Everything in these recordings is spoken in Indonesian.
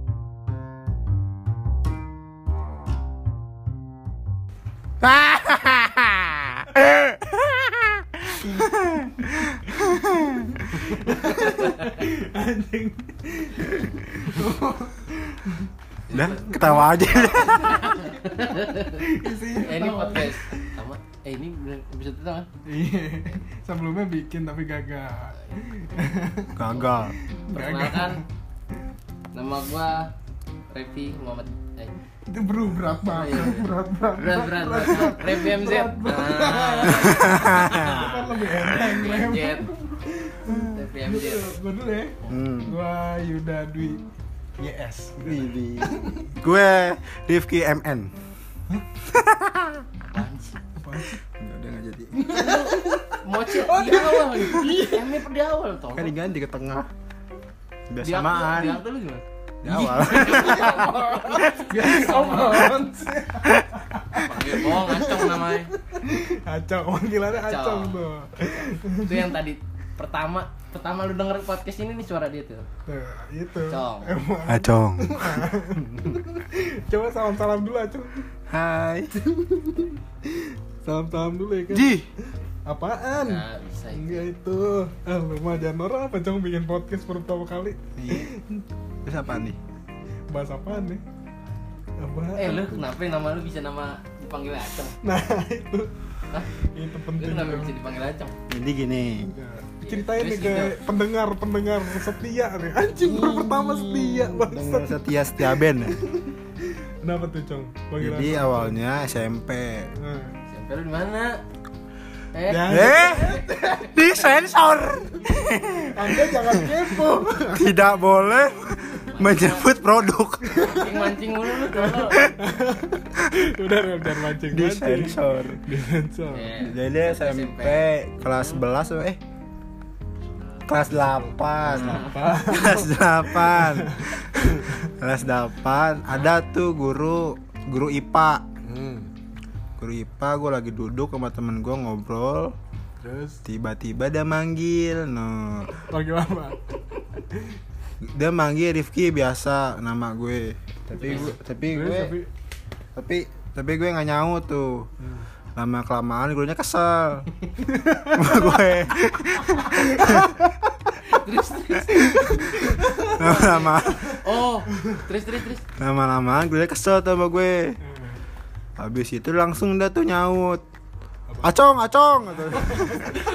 anjing Udah, ketawa aja. isinya Eh, ini ketawa. podcast sama eh ini bener episode itu kan iya sebelumnya bikin tapi gagal Gagal. perkenalkan nama gua Revi Muhammad eh, itu bro berat banget Iya. berat banget berat berat berat Revi Ah, MZ Kan lebih Nah. enteng lem MZ Revi MZ gue dulu ya Hmm. gue Yuda Dwi YS Widih. Gue Rifki MN. Apaan sih? Apaan sih? Udah nggak jadi. Mocet di awal nih Emnya di awal tau Kan diganti ke tengah. Udah Di samaan. Di akte lu gimana? Di awal. biasa banget sih Panggil bohong ngacong namanya acong panggilannya acong Acong. tuh Itu yang tadi pertama pertama lu denger podcast ini nih suara dia tuh tuh gitu. itu Acong. emang Acong. coba salam salam dulu acong Hai. salam salam dulu ya kan Ji. apaan Nah bisa itu Enggak itu ah, lu mah janor apa Cong bikin podcast pertama kali Iya. Terus apa nih? bahas apaan nih apa Eh lu kenapa nama lu bisa nama dipanggil acong? nah itu Hah? itu Lu penting kenapa Cong. bisa dipanggil acong? Jadi gini. Nah, ceritain nih Terus ke gitu. pendengar-pendengar setia nih anjing baru pertama setia Dengar bangsat setia setia band. ya? kenapa tuh Cong? Panggilan Jadi apa? awalnya SMP. Nah. Siapa lu di mana? Eh, Ya. Eh, disensor. anda jangan kepo Tidak boleh menyebut produk. mancing mancing mulu lu tolol. udah udah udah mancing mancing Disensor. disensor Eh, Jadi SMP kelas 11 eh kelas 8. kelas 8. kelas 8 ada tuh guru guru IPA. Guru IPA gue lagi duduk sama temen gue ngobrol terus tiba-tiba dia manggil no panggil apa dia manggil Rifki biasa nama gue tapi gue tapi Terus, gue tapi tapi tapi gue nggak nyaut tuh lama kelamaan gurunya kesel sama gue terus terus. lama lama Oh, terus terus terus. lama lamaan gurunya kesel tuh sama gue eh, habis itu langsung dia tuh nyaut acong acong gitu.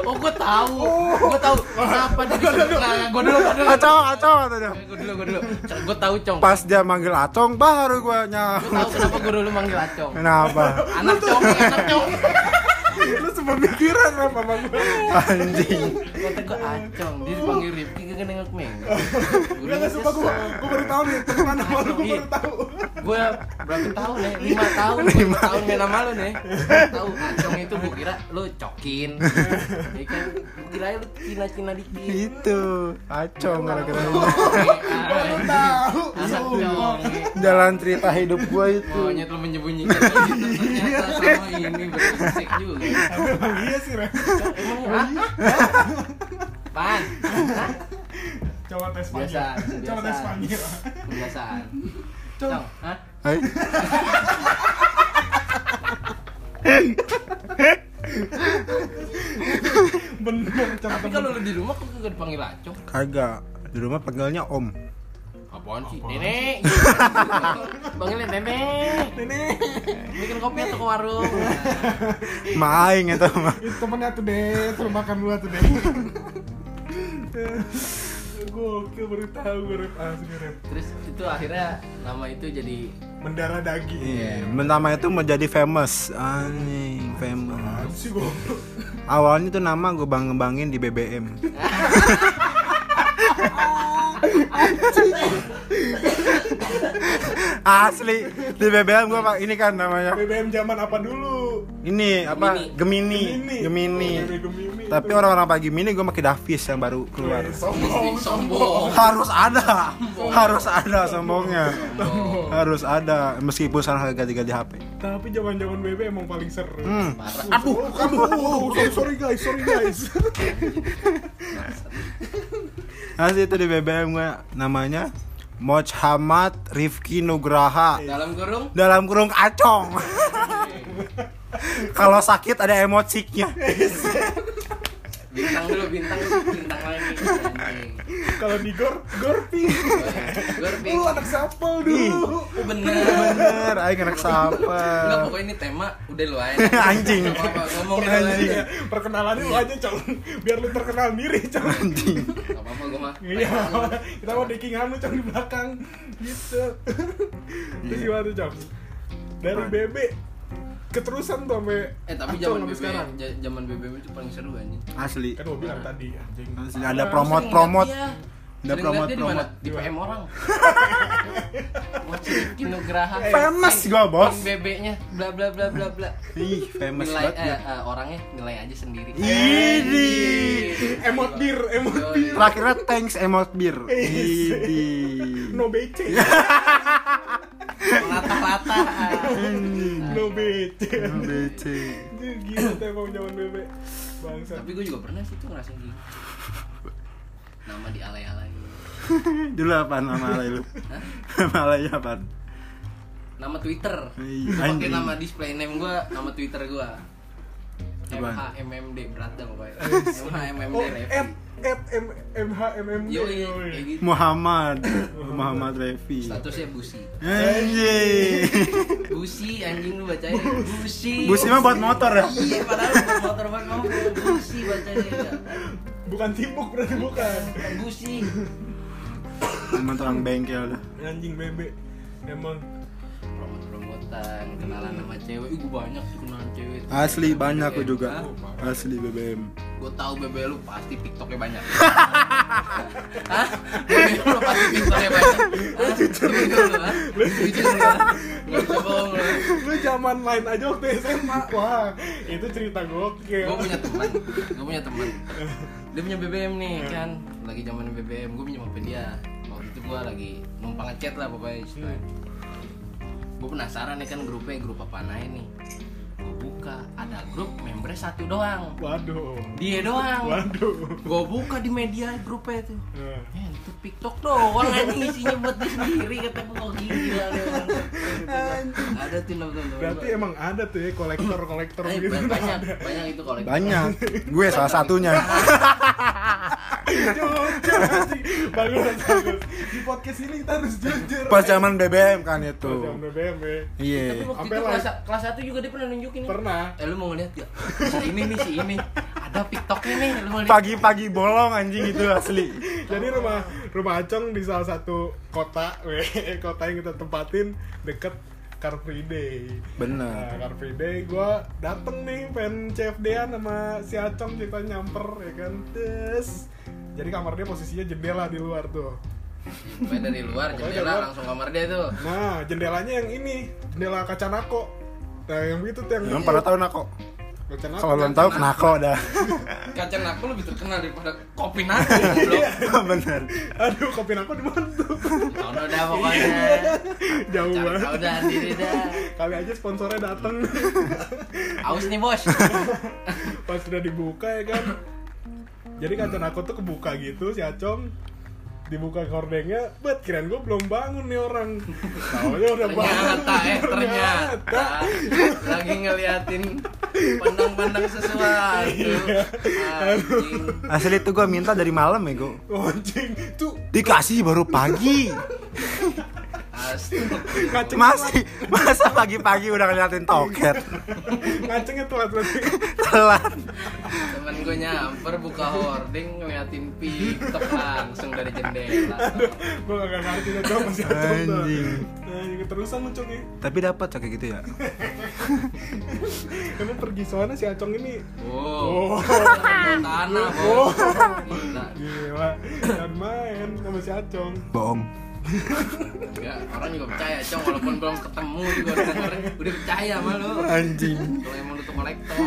Oh, gua tahu. Gua tahu. Kenapa dia disuruh? Nah, gua dulu, gua dulu. Eh, acong acong kata dia. Gua dulu, gua dulu. C- Gua tahu, Cong. pas dia manggil acong baru gue Gua nyaut tahu kenapa guru lu manggil acong. kenapa Anak cong, anak cong. lu sempat pikiran apa bang anjing Kata gua acong, dia dipanggil Rifki kagak nengok meng. Gak, gak, sumpah gue, gue baru tau nih, teman sama lu, gue baru tau gue berapa tahun nih? Lima tahun, lima tahun main sama lu nih. Gua Tahu acong itu gue kira lu cokin. Ya kan, gue kira lu cina-cina dikit. ah, itu Gitu. acong kalau kira Baru iya. tau, Anak sumpah cong. eh. jalan cerita hidup gue itu Maunya telah menyembunyikan itu ternyata sama ini berisik juga. Emang iya sih, Ren Emang ya? Pan, Coba tes panggil Biasa, biasa. Coba tes panggil kebiasaan. Cong. Cong, hah? Hai. Bener, coba Tapi kalau lu di rumah kok kagak dipanggil acong? Kagak. Di rumah panggilnya Om. Apaan sih? Nenek. Panggilnya nenek. Nenek Bikin kopi atau ke warung? Ma aing eta mah. Itu temennya tuh deh, suruh makan dulu tuh deh Gokil, baru tau gue, Ren, asli, Ren Terus itu akhirnya nama itu jadi Mendarah daging Iya, Pertama itu menjadi famous. Anjing, famous. Apaan sih gue? Awalnya tuh nama gue bang-bangin di BBM. Oh, Asli di BBM gue pak ini kan namanya BBM zaman apa dulu? ini apa Gemini Gemini. Gemini, Oh, Gemini. tapi orang-orang pagi Gemini gue pakai Davis yang baru keluar Eh, Sombong, sombong. harus ada Oh. harus ada sombongnya Sombong. harus ada meskipun sekarang lagi ganti-ganti HP Tapi zaman-zaman BB emang paling seru. hmm. Parah. Aduh, aduh, sorry, sorry guys, sorry guys. Asli Nah, itu di BBM gue namanya Mojhamad Rifki Nugraha Dalam kurung dalam kurung acong Kalau sakit ada emojiknya. bintang dulu bintang dulu bintang lagi anjing Kalau di gor, gorping. gue Lu anak sapel Ih. dulu. Oh, bener Bener, ayo ngenak Enggak sampel. pokoknya ini tema udah lu aja. Anjing. Nggak apa-apa, Ngomongin lu Anjing. aja. Perkenalan lu aja, Cong. Biar lu terkenal diri, Cong. Enggak apa-apa gua mah. Iya, kita mau dekingan lu, Cong, di belakang. Gitu. Terus Iya. gimana, Cong? Dari Apaan? BB keterusan tuh sampai Eh tapi Acong zaman ya. sampai BBM ja- zaman BBM itu paling seru anjing. Asli. Kan gua bilang tadi, anjing. Asli, ada Ah, promot Sering promot. liat dia. Ada Sering liat promot, dia di mana? promot. Di PM orang. Mau Kino Nugraha. Eh, Famous gua, Bos. BB-nya bla bla bla bla bla. Ih, famous Nilai banget. eh, ya. eh, orangnya nilai aja sendiri. Idi. Iya. Eh, Emot bir, emot Yoi. bir. Terakhirnya thanks emot bir. Yes. Idi. No BC. Rata-rata. eh. No BC. BC. Anjing, Gila tuh emang zaman BB. Bangsa. Tapi gue juga pernah sih tuh ngerasain gitu. Nama di alay-alay. Dulu apaan nama alay lu? Hah? Nama alay apaan? Nama Twitter. Iya, Gue pakai anjing. nama display name gue, nama Twitter gue. Apaan? MHMMD berat dah pokoknya. MHMMD Oh, Revi. F F M M H M M D. Yoi, kayak gitu. Muhammad Muhammad Revi Statusnya busi. Anjing Busi anjing lu bacain. Busi. Busi mah buat motor ya Iya, padahal buat motor buat ngomong busi bacanya. ya. Bukan timbuk berarti bukan. Busi. Emang tukang bengkel dah Anjing bebek. Emang Promot-promotan, kenalan sama cewek. Ih, gue banyak tuh kenalan cewek. Asli banyak aku BBM. juga Hah? Asli BBM Gue tahu bebe lu pasti TikToknya banyak. Hah? Bebe lu pasti TikToknya banyak. Hah? Jujur lu, hah? Jujur lu, hah? Nggak bisa bohong lu. lu zaman lain aja waktu SMA. Wah, itu cerita gokil. Gue punya teman, gue punya teman. Dia punya BBM nih Iya. kan, lagi zaman BBM. Gue pinjam HP dia. Waktu itu gue lagi numpang ngechat lah pokoknya istilahnya. Gue penasaran nih kan grupnya grup apa aja nih. Gue buka, ada grup membernya satu doang. Waduh. Dia doang. Waduh. Gue buka di media grupnya tuh. Nah, Eh, itu TikTok doang anjing isinya buat diri sendiri kata gue kok gila lu. Ada tuh teman-teman. Berarti emang ada tuh ya kolektor-kolektor Eh, gitu. banyak, banyak itu kolektor. Banyak Gue salah satunya Jujur anjing. Bagus, bagus. Di podcast ini kita harus jujur. Pas zaman BBM kan Pas zaman itu BBM ya. Tapi Iya waktu Sampai itu lain. kelas, kelas 1 juga dia pernah nunjukin nih. Pernah. Eh lu mau ngeliat gak? Si ini nih si ini Ada tiktoknya nih lu mau lihat Pagi-pagi bolong anjing itu asli Jadi rumah rumah Acong di salah satu kota, weh, kota yang kita tempatin deket Car Free Day. Nah, Bener Car Free Day gue dateng nih pengen CFD-an sama si Acong kita nyamper ya kan. Terus jadi kamar dia posisinya jendela di luar tuh. Main dari luar Pokoknya jendela luar. langsung kamar dia tuh Nah, jendelanya yang ini, jendela kaca nako. Nah, yang itu tuh yang Emang pada tahu nako kaca nako. Kalau belum tahu nako dah Kacang aku lebih terkenal daripada kopi naku goblok. Bener Aduh, kopi nako di mana tuh? Tahun udah pokoknya Iya. Jauh Cari banget. tau dah diri dah Kali aja sponsornya dateng. Aus nih bos pas udah dibuka ya kan jadi kaca aku tuh kebuka gitu si Acong dibuka gordengnya bet kirain gue belum bangun nih orang taunya udah bangun Ternyata eh ternyata Lagi ngeliatin Pandang-pandang sesuatu Iya. Anjing Asli itu gue minta dari malam ya gue Oh, anjing tuh Dikasih baru pagi Astagfirullah. ngaceng Masih Masa pagi-pagi udah ngeliatin toket ngacengnya telat berarti Telat Temen gue nyamper buka hording ngeliatin TikTok langsung dari jendela. gue gak ngerti tuh sama si Acong tuh Anjing. anjing keterusan lu Cong ya Tapi dapat kayak gitu ya. emang pergi soalnya si Acong ini Oh, oh tanah bos. Gila. gila dan main sama si Acong Bohong. Enggak, orang juga percaya, Cong, walaupun belum ketemu juga udah dengerin, udah percaya sama lu. Anjing. Kalau emang lu tuh kolektor,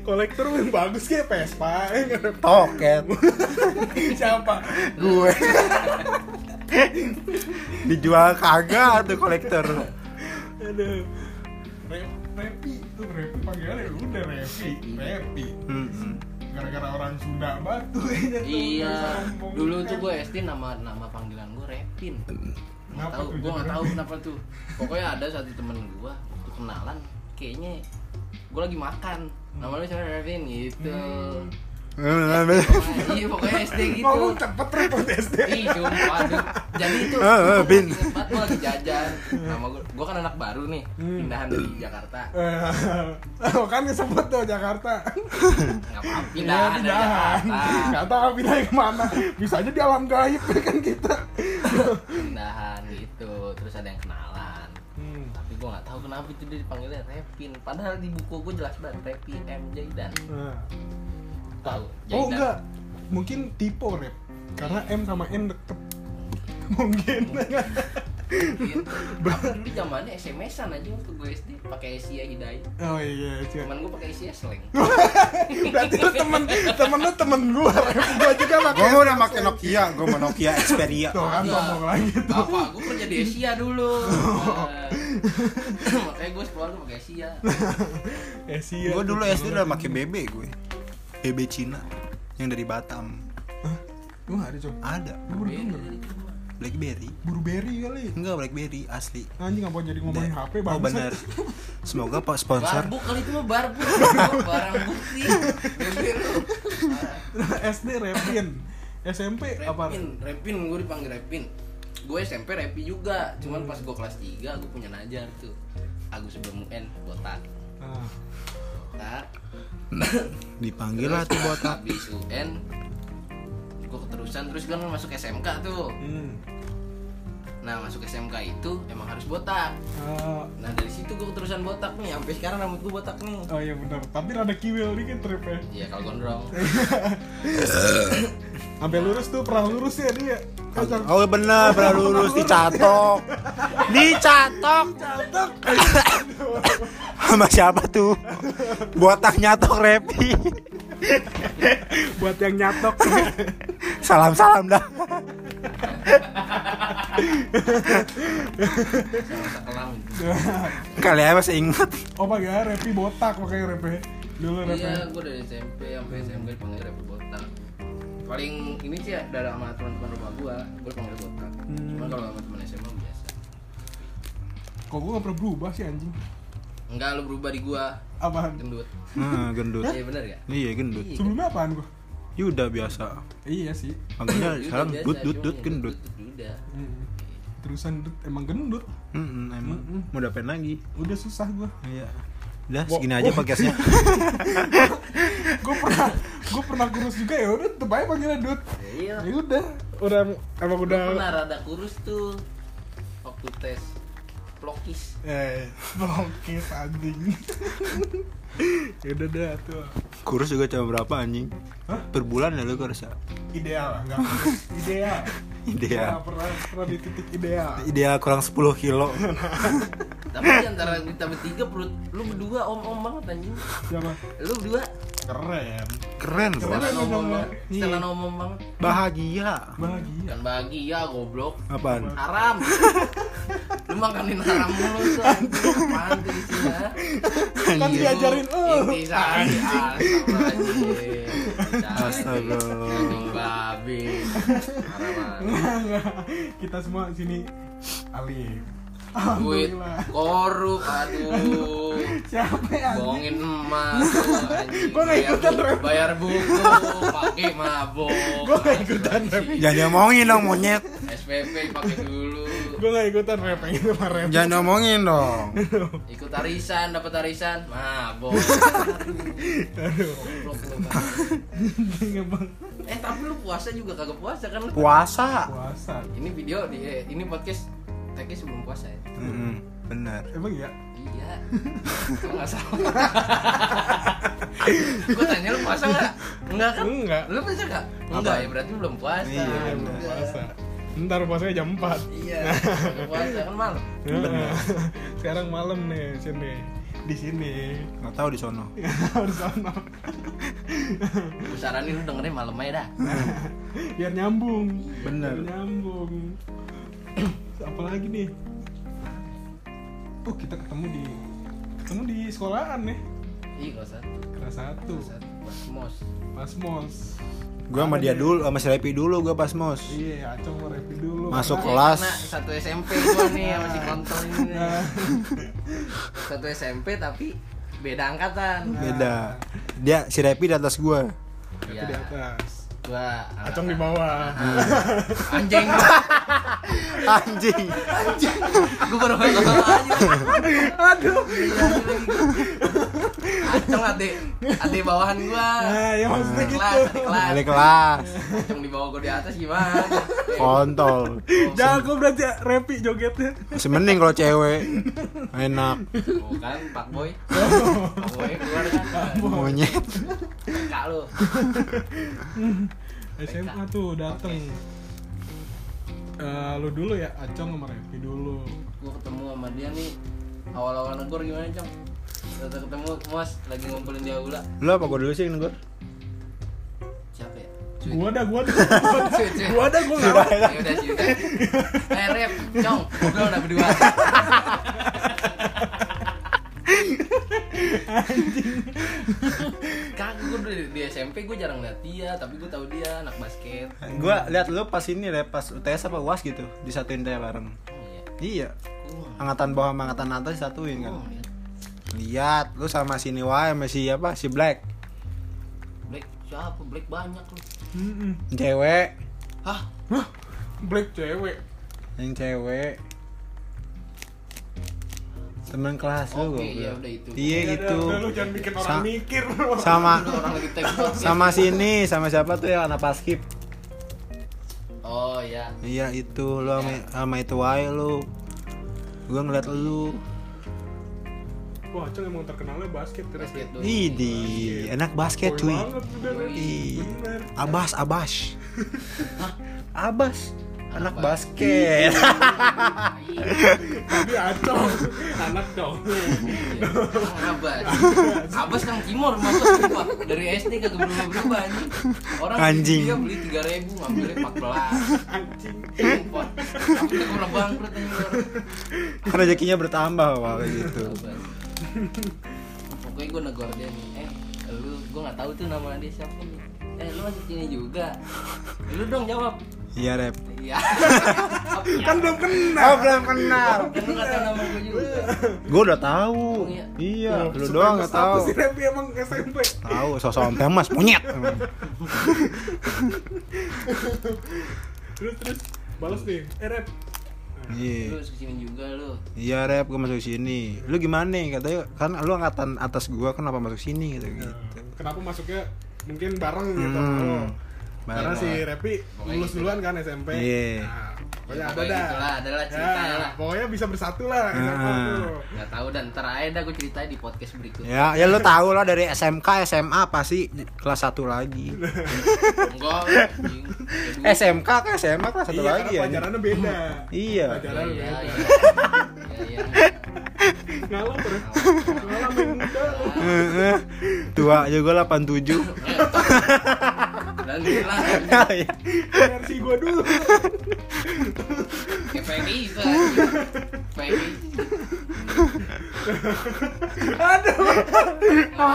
kolektor yang bagus kayak Vespa ya nggak ada Toket siapa gue. Dijual kagak tuh kolektor. Aduh. Re- Repi itu Repi panggilannya ya udah Repi, Iya. Repi. Mm-mm. Gara-gara orang Sunda batu aja tuh, iya. sombong. Dulu tuh gue SD nama nama panggilan gue Repin. Nggak Kenapa tahu, tuh gue nggak jadi tahu Repin? kenapa tuh. Pokoknya ada satu temen gue waktu kenalan, kayaknya gue lagi makan nama lu siapa Revin gitu Hmm. Wah, iya pokoknya SD gitu Ngomong cepet repot SD. Ih, sumpah aduh. Jadi itu Eh, eh, gua Bin. inget banget, gua lagi jajan Nama gue Gue kan anak baru nih Hmm. Pindahan dari Jakarta Oh kan disebut tuh Jakarta. Gak Iya, apa-apa Pindahan dari pindahan. Jakarta Gak tahu pindahin kemana. Bisa aja di alam gaib kan kita. Pindahan gitu Terus ada yang kenalan Tapi gue gak tahu kenapa itu dia dipanggilnya Repin Padahal di buku gue jelas banget Repin M. Jaidan Nah. Oh Tahu Jaidan. enggak, mungkin tipe rep. Karena M sama N deket. Mungkin. Gitu. Tapi Dulu zamannya SMS-an aja waktu gue SD pakai Asia Hidayah oh iya, cuy. Cuman gue pakai Asia Slang Berarti lu temen temen lu temen gua, rep. Gua juga pakai. Gue udah pakai Nokia, gue mau Nokia Xperia. Tuh kan sombong lagi tuh. Bapak gue kerja di Asia dulu. Nah, makanya gue keluar tuh pakai Asia. Eh sih. Gue dulu SD udah pakai BB gue. BB Cina yang dari Batam. Lu enggak ada, Cok. Ada Buru BlackBerry. Burberry kali. Enggak BlackBerry asli. Anjing apa jadi ngomongin HP bangsa. Oh bener. Semoga pak sponsor. Barbuk kali itu mah barbuk, barang bukti. Bebek lu. SD Repin. SMP apa? Repin, repin gue dipanggil repin. Gue SMP repi juga, cuman pas gue kelas 3 gue punya najar tuh. Agus sebelum UN botak. Ah. Botak. Dipanggil lah tuh Terus botak. Habis UN gue keterusan terus kan masuk SMK tuh. Hmm. Nah, masuk SMK itu emang harus botak. Ah, Nah, dari situ gue keterusan botak nih, sampai sekarang rambut gue botak nih. Oh iya benar, tapi rada kiwil dikit trip ya. Iya kalau gondrong. Sampai lurus tuh, pernah lurus ya dia. Kacang Oh bener, pernah lurus dicatok. Dicatok. Sama siapa tuh? Botak nyatok repi. buat yang nyatok. Salam-salam dah. Botak kelam. Kali aja masih ingat. oh pak ya, repi botak makanya repi. Dulu repi. Iya, gue dari SMP sampai SMP dipanggil rap botak. Paling ini sih ada sama teman-teman rumah gue, gue panggil botak. Hmm. Cuman kalau sama teman SMA biasa. Kok gue gak pernah berubah sih anjing? Enggak lu berubah di gue, Apaan? gendut. Nah, gendut. Iya bener gak? Iya gendut. Iya. Sebelumnya apaan gue? Yuda biasa. Iya sih. Makanya Gendut sekarang biasa, dut dut cuman dut ya gendut. Duda. Hmm. Terusan gendut, emang gendut. Mm-mm, emang mau dapain lagi. Udah susah gue. Iya. Udah Wo- segini aja wo- podcastnya. Gue pernah, gue pernah kurus juga ya. Udah, tetep aja panggilnya dut. Iya. Ya udah. Udah, emang Gue pernah rada kurus tuh waktu tes blokis. Eh, bokis anjing. ya udah dah tuh. Kurus juga cuma berapa anjing? Hah? Per bulan ya lu kurus ya? Ideal, enggak ideal. Nggak Ideal. pernah pernah di titik ideal. Ideal kurang 10 kilo. Tapi di antara kita bertiga perut lu berdua om-om banget anjing. Siapa? Lu berdua Keren. Keren Setelan bos. Keren. omong Iya. banget. Setelan omong banget. Bahagia. Bahagia. Bukan bahagia goblok. Apaan? Haram. Lu makanin haram mulu tuh. anjing. Apaan tuh isinya? Kan Anjing. diajarin eh. Inti ah, sari astagfirullahaladzim. Astaga. Anjing babi. Haram. Kita semua sini alim. Duit Alhamdulillah. korup aduh. Siapa ya? bohongin emak Gua nggak ikutan, bayar, Rep. bu- bayar buku pakai mabok Gua nggak ikutan, Rep. Jangan ngomongin dong monyet. SPP pakai dulu Gue gak ikutan rap yang itu mah rap. Jangan ngomongin dong. ikut arisan dapat arisan mabok Goblok lu, Bang. Emang eh tapi lu puasa juga kagak puasa kan lu Puasa. puasa. ini video di eh, ini podcast tagnya sebelum puasa ya Mm-mm, Bener. Emang ya? iya Kalau nggak salah gue tanya lu puasa nggak enggak kan Enggak. lu puasa nggak enggak ya berarti lu belum puasa Iya, Iya, bener. emang puasa. Ntar puasanya jam 4 Iya, kagak puasa kan malam. Heeh. Sekarang malam nih sini di sini Nggak tahu di sono. harus sama Gua saranin lu dengerin malam aja dah. biar nyambung Bener. biar nyambung apalagi nih tuh kita ketemu di ketemu di sekolahan nih Ih, kelas satu, kelas satu kelas satu, kelas mos. pas mos Gue sama dia dulu, sama si Repi dulu gue pas mos. iya acung mau review dulu Masuk Kelas. karena- Nah, satu Iya. SMP gua nih sama si kontol ini. nih. Satu SMP tapi beda angkatan beda dia si Repi di atas gua Aku Iya. di atas. gua Acong di bawah. anjing anjing gua baru pengen ngomong aja aduh acong adik adik bawahan gua Nah, ya maksudnya Adik gitu. kelas adik kelas ada kelas acong di bawah gua di atas gimana kontol Jago berarti ya, Repi jogetnya. masih mending kalau cewek enak Oh kan, Pak Boy. Pak Boy keluar kan. monyet Enggak lu. SMA tuh dateng. Eh, lu dulu ya, Acong sama Repi dulu. Gua ketemu sama dia nih. Awal-awal negor gimana, Cong? Udah ketemu Mas lagi ngumpulin di aula. lu apa gua dulu sih Nenggur? Siapa ya? Cuy. Gua dah, gua dah. Cuy, cuy. Gua dah, gua nggak mau. Ya udah sih, udah. Eh, Rep, Cong, udah udah berdua. Kagak gue di, di SMP gue jarang liat dia, tapi gue tahu dia anak basket. gua lihat lu pas ini deh pas UTS apa UAS gitu disatuin deh bareng Oh iya. iya Gua mah- angkatan bawah sama angkatan atas disatuin kan Oh, iya. lihat lu sama sini wae sama si apa si Black Black siapa? Black banyak lu. Mm-mm. cewek Hah? Hah, Black cewek. yang cewek temen kelas lu gua Oke, iya, udah itu. iya Ya itu udah, Lu jangan bikin orang Sa- mikir. sama Ada orang lagi take podcast. sama sini sama siapa tuh yang anak paskib Oh ya. iya itu lu sama, sama itu wae lu gua ngeliat lu Wah, Acong emang terkenalnya basket terus. Basket dulu. Idi, enak basket Boy cuy. banget udah, Repi. Ih, Bener. Abas, abas. Abas, anak Abas. basket. Ah, Tapi Acong anak dong. Iya. Orang Abas. Abas kan timur masuk sumpah. Dari SD kagak berubah berubah anjing. Orang Anjing. dia beli 3000 ngambilnya 14. Anjing. Sumpah. Tapi dia pernah bangkrut anjing orang. Rezekinya bertambah wah kayak gitu. Abas. Pokoknya gue negor dia nih. Eh, lu gue nggak tahu tuh nama dia siapa nih. Eh, lu masuk sini juga. Lu dong jawab. Iya, Rep. Iya. Kan belum kenal. Ah, belum kenal. Kan lu nggak tahu nama gue juga. Gua udah tahu. Emang iya? Iya, lu Sampai doang nggak kelas satu tahu. Si Repi emang SMP. Tahu sosok mas monyet. Terus terus balas nih. Eh, Rep. Lu Iya. masuk sini juga lu. Iya, Rep, gua masuk sini. Lu gimana nih? Katanya kan lu angkatan atas gua, kenapa masuk sini gitu Nah, gitu. Kenapa masuknya mungkin bareng gitu. Hmm, Oh. bareng. Karena si Repi Pokoknya lulus gitu. duluan kan SMP. Iya. Nah, pokoknya Ya, ada pokoknya dah. gitulah, adalah ceritanya Ya, lah. Pokoknya bisa bersatu lah SMP Ah. tuh. Gak tahu dan ntar aja dah gue ceritain di podcast berikutnya. Ya, ya lu tahu lah dari SMK, SMA pasti kelas 1 lagi. Enggak, anjing. Kayak dulu. SMK ke SMA kelas 1 Iya, lagi karena ya. pelajarannya beda. Iya. Pelajaran Iya, beda. iya. Iya, iya. Ngalah terus. Ngalah main muda. Heeh. Tua juga 87. Dan bilang Iya. Versi gua dulu. kayak PNI itu. PNI. Aduh. Apa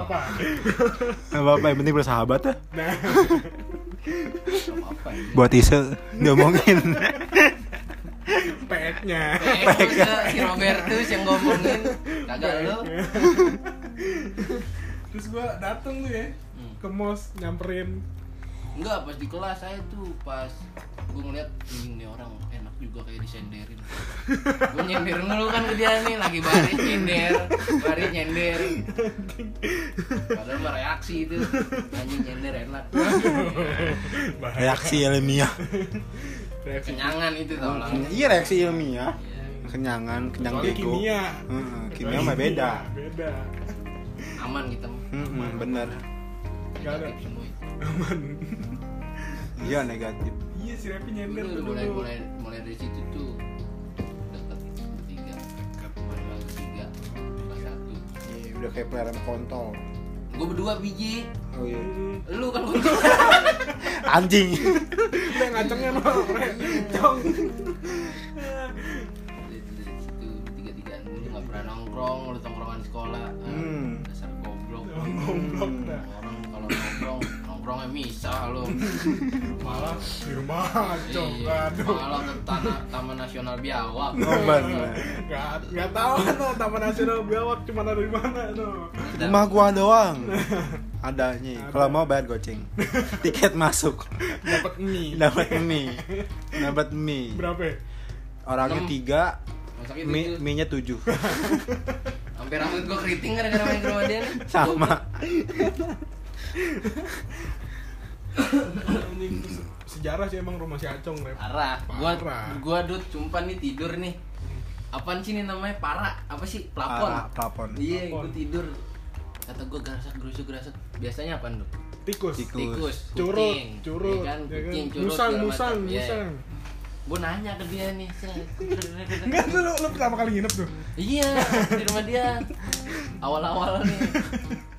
apa. Gak apa-apa, yang penting bersahabat ya. Nah, Apa ini? Buat ise diomongin. peknya. PNI si Robertus yang ngomongin kagak lu. Terus gua dateng tuh ya Hmm. ke mos nyamperin Enggak, pas di kelas saya tuh pas gue ngeliat anjing nih orang enak juga kayak disenderin gue nyender dulu kan ke dia nih lagi baris nyender baris nyender padahal mah reaksi itu anjing nyender enak Reaksi ilmiah. reaksi kenyangan itu tau lah Iya reaksi ilmiah. Iya. Kenyangan, kenyang Soalnya bego. kimia. Heeh, kimia mah beda. Beda. aman gitu mah. Heeh, bener. Gak ada. negatif semua itu Aman. Iya negatif. Iya si Repi Itu nyender tuh udah dulu. mulai mulai mulai dari situ tuh deket ketiga mulai ketiga kelas satu Iya, udah kayak pelajaran kontol. gue berdua biji Oh iya. lu kan berdua Anjing. Udah ngacengnya mah Ren. Cong. tiga tigaan dulu nggak pernah nongkrong lu tongkrongan sekolah Ah, Hmm. dasar goblok Emang goblok dah. orang kalau nongkrong nongkrong nongkrongnya misah lo malah di rumah cong nggak iya, aduh malah ke tanah Taman Nasional Biawak Noban. nggak nggak tahu no taman nasional biawak cuma ada di mana no Dan- Rumah gua doang. Adanya. Kalau mau bayar goceng. Tiket masuk. dapat mie Dapat mie. Dapat mie. berapa ya? Orangnya Enam. tiga, Masa gitu mie Mi, mie-nya tujuh. Hampir rambut gua keriting gara-gara main ke rumah dia nih Sama. Anjing, se- sejarah sih emang rumah si Acong rep Parah Gua, Parah. gua dud cumpan nih tidur nih Apaan sih ini namanya? Parah Apa sih? Plafon Parah, plafon. Iya, Plafon. gua tidur Kata gua garasak, gerusuk, gerasak Biasanya apaan tuh? tikus Tikus. Tikus, curut kucing, curut ya kan? ya kan? Kucing, curut, musang segala musang macam. Iya. musang Gua nanya ke dia nih set. enggak tuh lo, lo pertama kali nginep tuh Iya, di rumah dia. Awal-awal nih.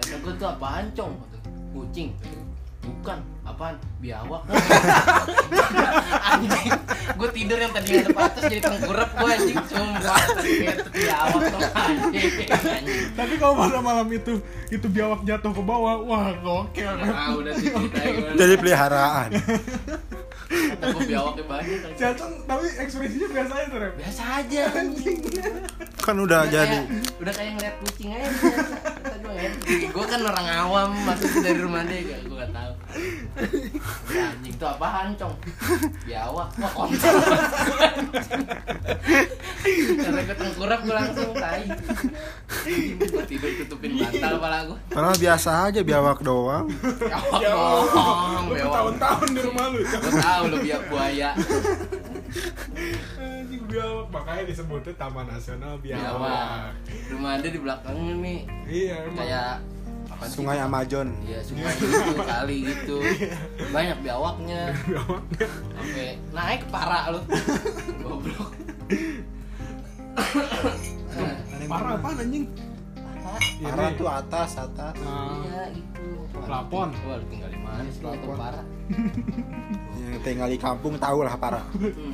Kata gue tuh apaan, Cong? Kata, Kucing. Bukan, apaan? Biawak. anjing, gue tidur yang tadi ada patas jadi tengkurap gue anjing. Sumpah, Itu biawak dong anjing. Anjing. tapi kalau malam malam itu itu biawak jatuh ke bawah wah gokil Ah, udah diceritain gue. Jadi peliharaan. Kata gue biawaknya banyak. si anjing. Acong tapi ekspresinya biasa aja tuh rep Biasa aja anjing. Kan udah Udah jadi. Nah, kayak- udah kayak ngeliat kucing aja biasa. Kata gua ngerti. gua kan orang awam masuk dari rumah dia gak gua gak tahu Ya, anjing tuh apaan cong biawak wah kontol karena gue tengkurap gue langsung tai gue tidur tutupin bantal kepala gue Padahal biasa aja biawak doang. biawak Ya Allah, bohong lu biawak bertahun-tahun di rumah lu ya. gue tahu lo biak buaya Anjing biawak, makanya disebutnya Taman Nasional biawak Biawak. Ya, rumah dia di belakangnya nih Iya, emang. kayak apa sih? Sungai Amazon. Iya sungai gitu kali gitu banyak biawaknya Iya, Biawaknya. sampai naik parah lu goblok Nah, Parah apaan anjing? parah. Ini. Arah tuh atas, atas. Nah, iya itu Plafon. wah lu tinggal di mana sih lu Plafon. parah Yang tinggal di kampung tahu lah parah. Hmm.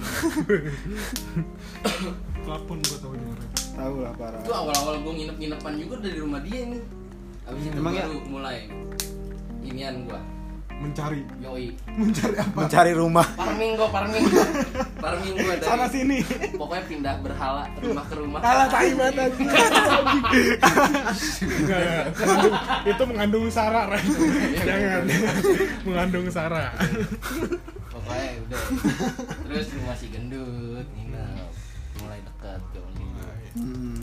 Plafon gua tau ini. Tahu lah parah. itu awal-awal gua nginep-nginepan juga dari rumah dia nih abis itu Emang ya? baru mulai inian gua Mencari, yoi mencari apa? Mencari rumah. farming gua farming farming gua dari Sana sini. pokoknya pindah berhala rumah ke rumah Alah tai banget. anjing. Enggak, enggak. Mengandung- itu mengandung sara, Ren. Jangan. mengandung sara. pokoknya udah terus rumah si gendut nginep mulai dekat ke Oni. Hmm.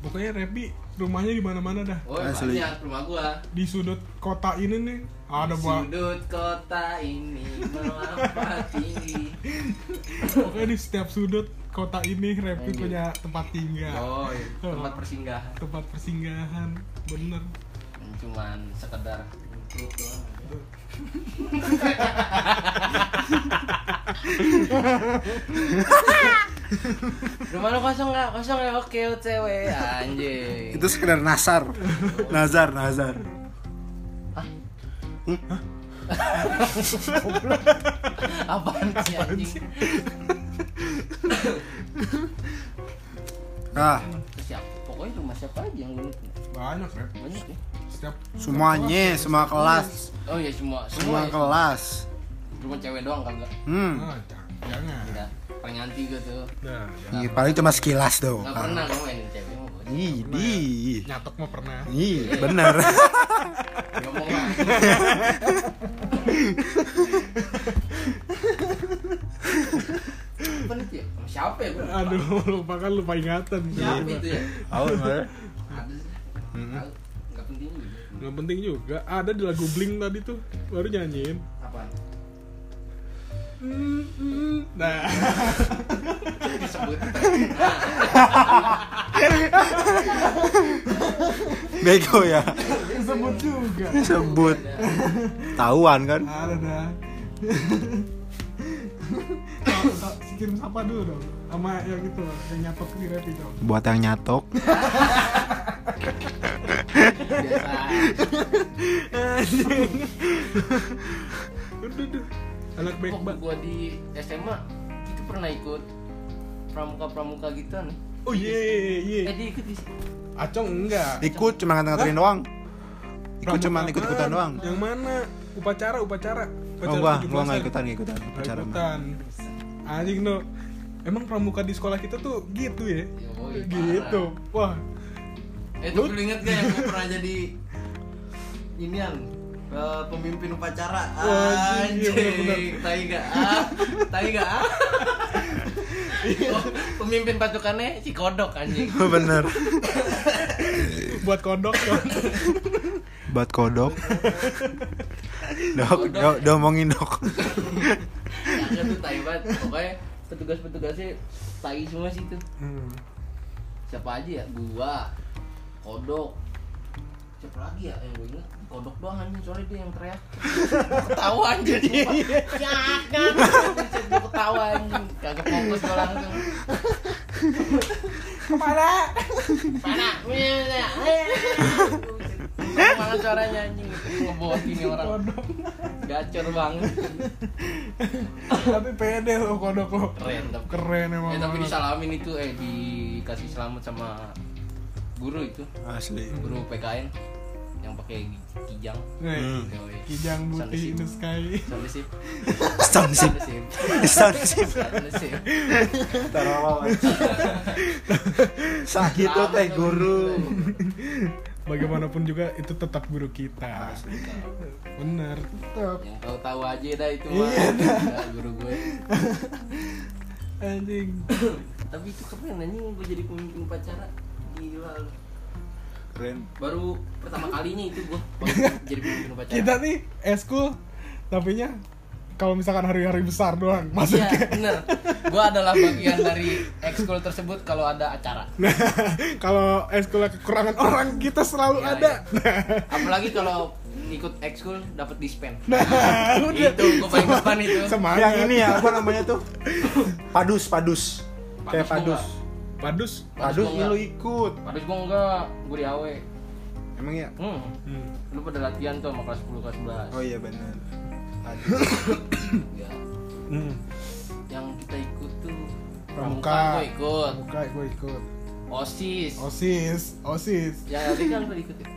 Pokoknya Rebi rumahnya di mana-mana dah. Oh, Asli. banyak rumah gua. Di sudut kota ini nih ada ba- Sudut kota ini melampati. Pokoknya di setiap sudut kota ini Rebi Anjing. punya tempat tinggal, Oh, iya. tempat persinggahan. tempat persinggahan. Bener. Cuman sekedar untuk doang. Rumah lu kosong nggak? Kosong ya? Oke, cewek. Anjing. Itu sekedar nasar. Nazar, nazar. apaan sih anjing? Ah, Siapa? Pokoknya rumah siapa aja yang lu nikah? Banyak, Rep. Banyak ya? Setiap semuanya, semua kelas, Oh iya semua, semua semua. ya? kelas. Cuma cewek doang kagak. Hmm. Ah, jangan. Jangan. Enggak. Paling anti gue tuh. Nah, jangan. Iya, paling cuma sekilas doang. Enggak pernah ya. gue mainin cewek mau gue. Ih, di. nyatok mah pernah. Ih, bener. Ngomong lah. Apa nih ya? Sama siapa ya gue? Aduh, lupa kan lupa ingatan. Siapa itu ya? Tahu bener. Ada sih. Tahu. Enggak penting juga. Nggak penting juga. Ada di lagu Blink tadi tuh, baru nyanyiin. Apaan? Mm, mm. Nah, Disebut. Bego ya. disebut juga. Sebut. Iya. Tahuan kan? Ada dah. Kirim sapa dulu dong sama yang itu yang nyatok di rap itu Buat yang nyatok. Biasa. udah udah anak baik Waktu banget gue di SMA, itu pernah ikut pramuka-pramuka gitu nih. oh iya iya iya Eh dia ikut di acong enggak Ikut cuma nganterin doang. ikut Rambut cuma ikut ikutan doang apaan? Yang mana? Upacara, upacara. oh upacara gua gua 17-an. nggak ikutan nggak ikutan upacara mah. Ikutan. Anjing no. Emang pramuka di sekolah kita tuh gitu ya? Yoi, gitu. Wah, Eh, tapi lu inget gak yang gue pernah jadi inian eh, pemimpin upacara Wah, anjing, iya, anjing bener-bener. tai gak ah tai gak ah Oh, pemimpin pasukannya si kodok anjing Oh, bener buat kodok kan. buat kodok dok dok domongin dok Kagak tuh tai banget pokoknya petugas-petugasnya tai semua sih itu Hmm. siapa aja ya gua kodok siapa lagi ya yang gue inget kodok doang anjing soalnya dia yang teriak ketawa jadi jangan gue ketawa anjing kagak fokus gue langsung kemana mana mana caranya anjing ngebot ini orang Kodok. gacor banget Tapi pede lo kodok lo. keren tapi Keren emang. eh tapi banget. disalamin itu eh dikasih selamat sama guru itu asli guru PKN yang pakai kijang Nih, Hmm. Yoi. Kijang Sound putih in the sip. sky. Sound sip. stun sip Sound sip. stun sip Sound sip. sakit tuh Gitu teh Lama gitu. guru Bagaimanapun juga itu tetap guru kita. Bener, tetap. yang tahu Ya, tahu aja dah itu mah Nah, guru gue Anjing. tapi itu keren anjing gue jadi pemimpin upacara gila lu. keren baru pertama kalinya itu gue baru jadi pemimpin upacara Kita nih eskul tapinya kalau misalkan hari-hari besar doang Iya maksudnya bener Gue adalah bagian dari ekskul tersebut kalau ada acara Nah, kalau eskulnya kekurangan orang kita selalu Iya, ada. Apalagi kalau ikut ekskul dapat dispen Nah, udah. Itu gue paling depan itu Semangat. yang ini ya apa namanya tuh padus padus kayak Padus padus Padus. padus Padus gua ini nggak. iya, lu ikut Padus gue enggak, gue di AW emang ya Hmm, Hmm. lu pada latihan tuh sama kelas 10 kelas oh iya benar padus 11 ya. Hmm. Yang kita ikut tuh Pramuka. gue ikut Buka gue ikut. OSIS Osis, osis. Ya tadi kan lu ikut ya?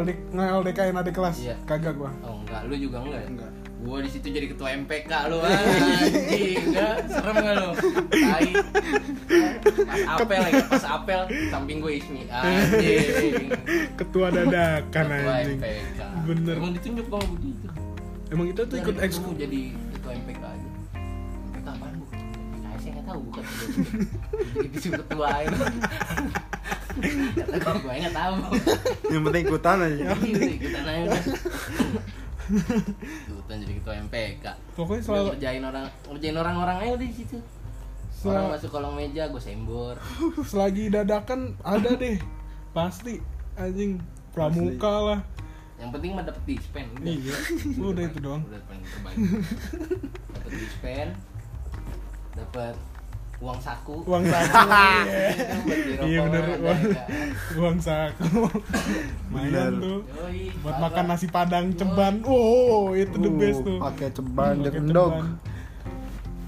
LD, nggak LDK yang ada kelas. Iya. Kagak gua. Oh enggak, lu juga enggak ya? Enggak. Gua di situ jadi ketua MPK lu anjing, enggak serem enggak lu? Tai. Pas apel ya, pas apel samping gue Ismi anjing. Ketua dadakan Ketua anjing. MPK. Bener. Emang ditunjuk bang begitu. Emang kita tuh ikut Dari dulu ekskul. jadi ketua MPK aja. MPK apaan bu? Nah, saya nggak tahu bukan. Jadi bisu ketua aja. Kata gue gue nggak tahu. Ya, yang penting ikutan aja Gitu, Ikutan aja udah. Ikutan jadi ketua MPK. Pokoknya Udah selalu ngerjain orang ngerjain orang-orang aja udah di situ. Orang sel- masuk kolong meja gue sembor. selagi dadakan ada deh. Pasti anjing pramuka lah. Yang penting mah dapet dispen. udah. Iya. Udah itu doang. Udah paling terbaik. Dapet dispen. Dapet uang saku. Uang saku. Iya, Iya bener. benar. Uang- Uang saku. Lumayan Bener. tuh. buat makan nasi padang Iya. ceban oh itu the best tuh pakai ceban Pakai dan endog ceban.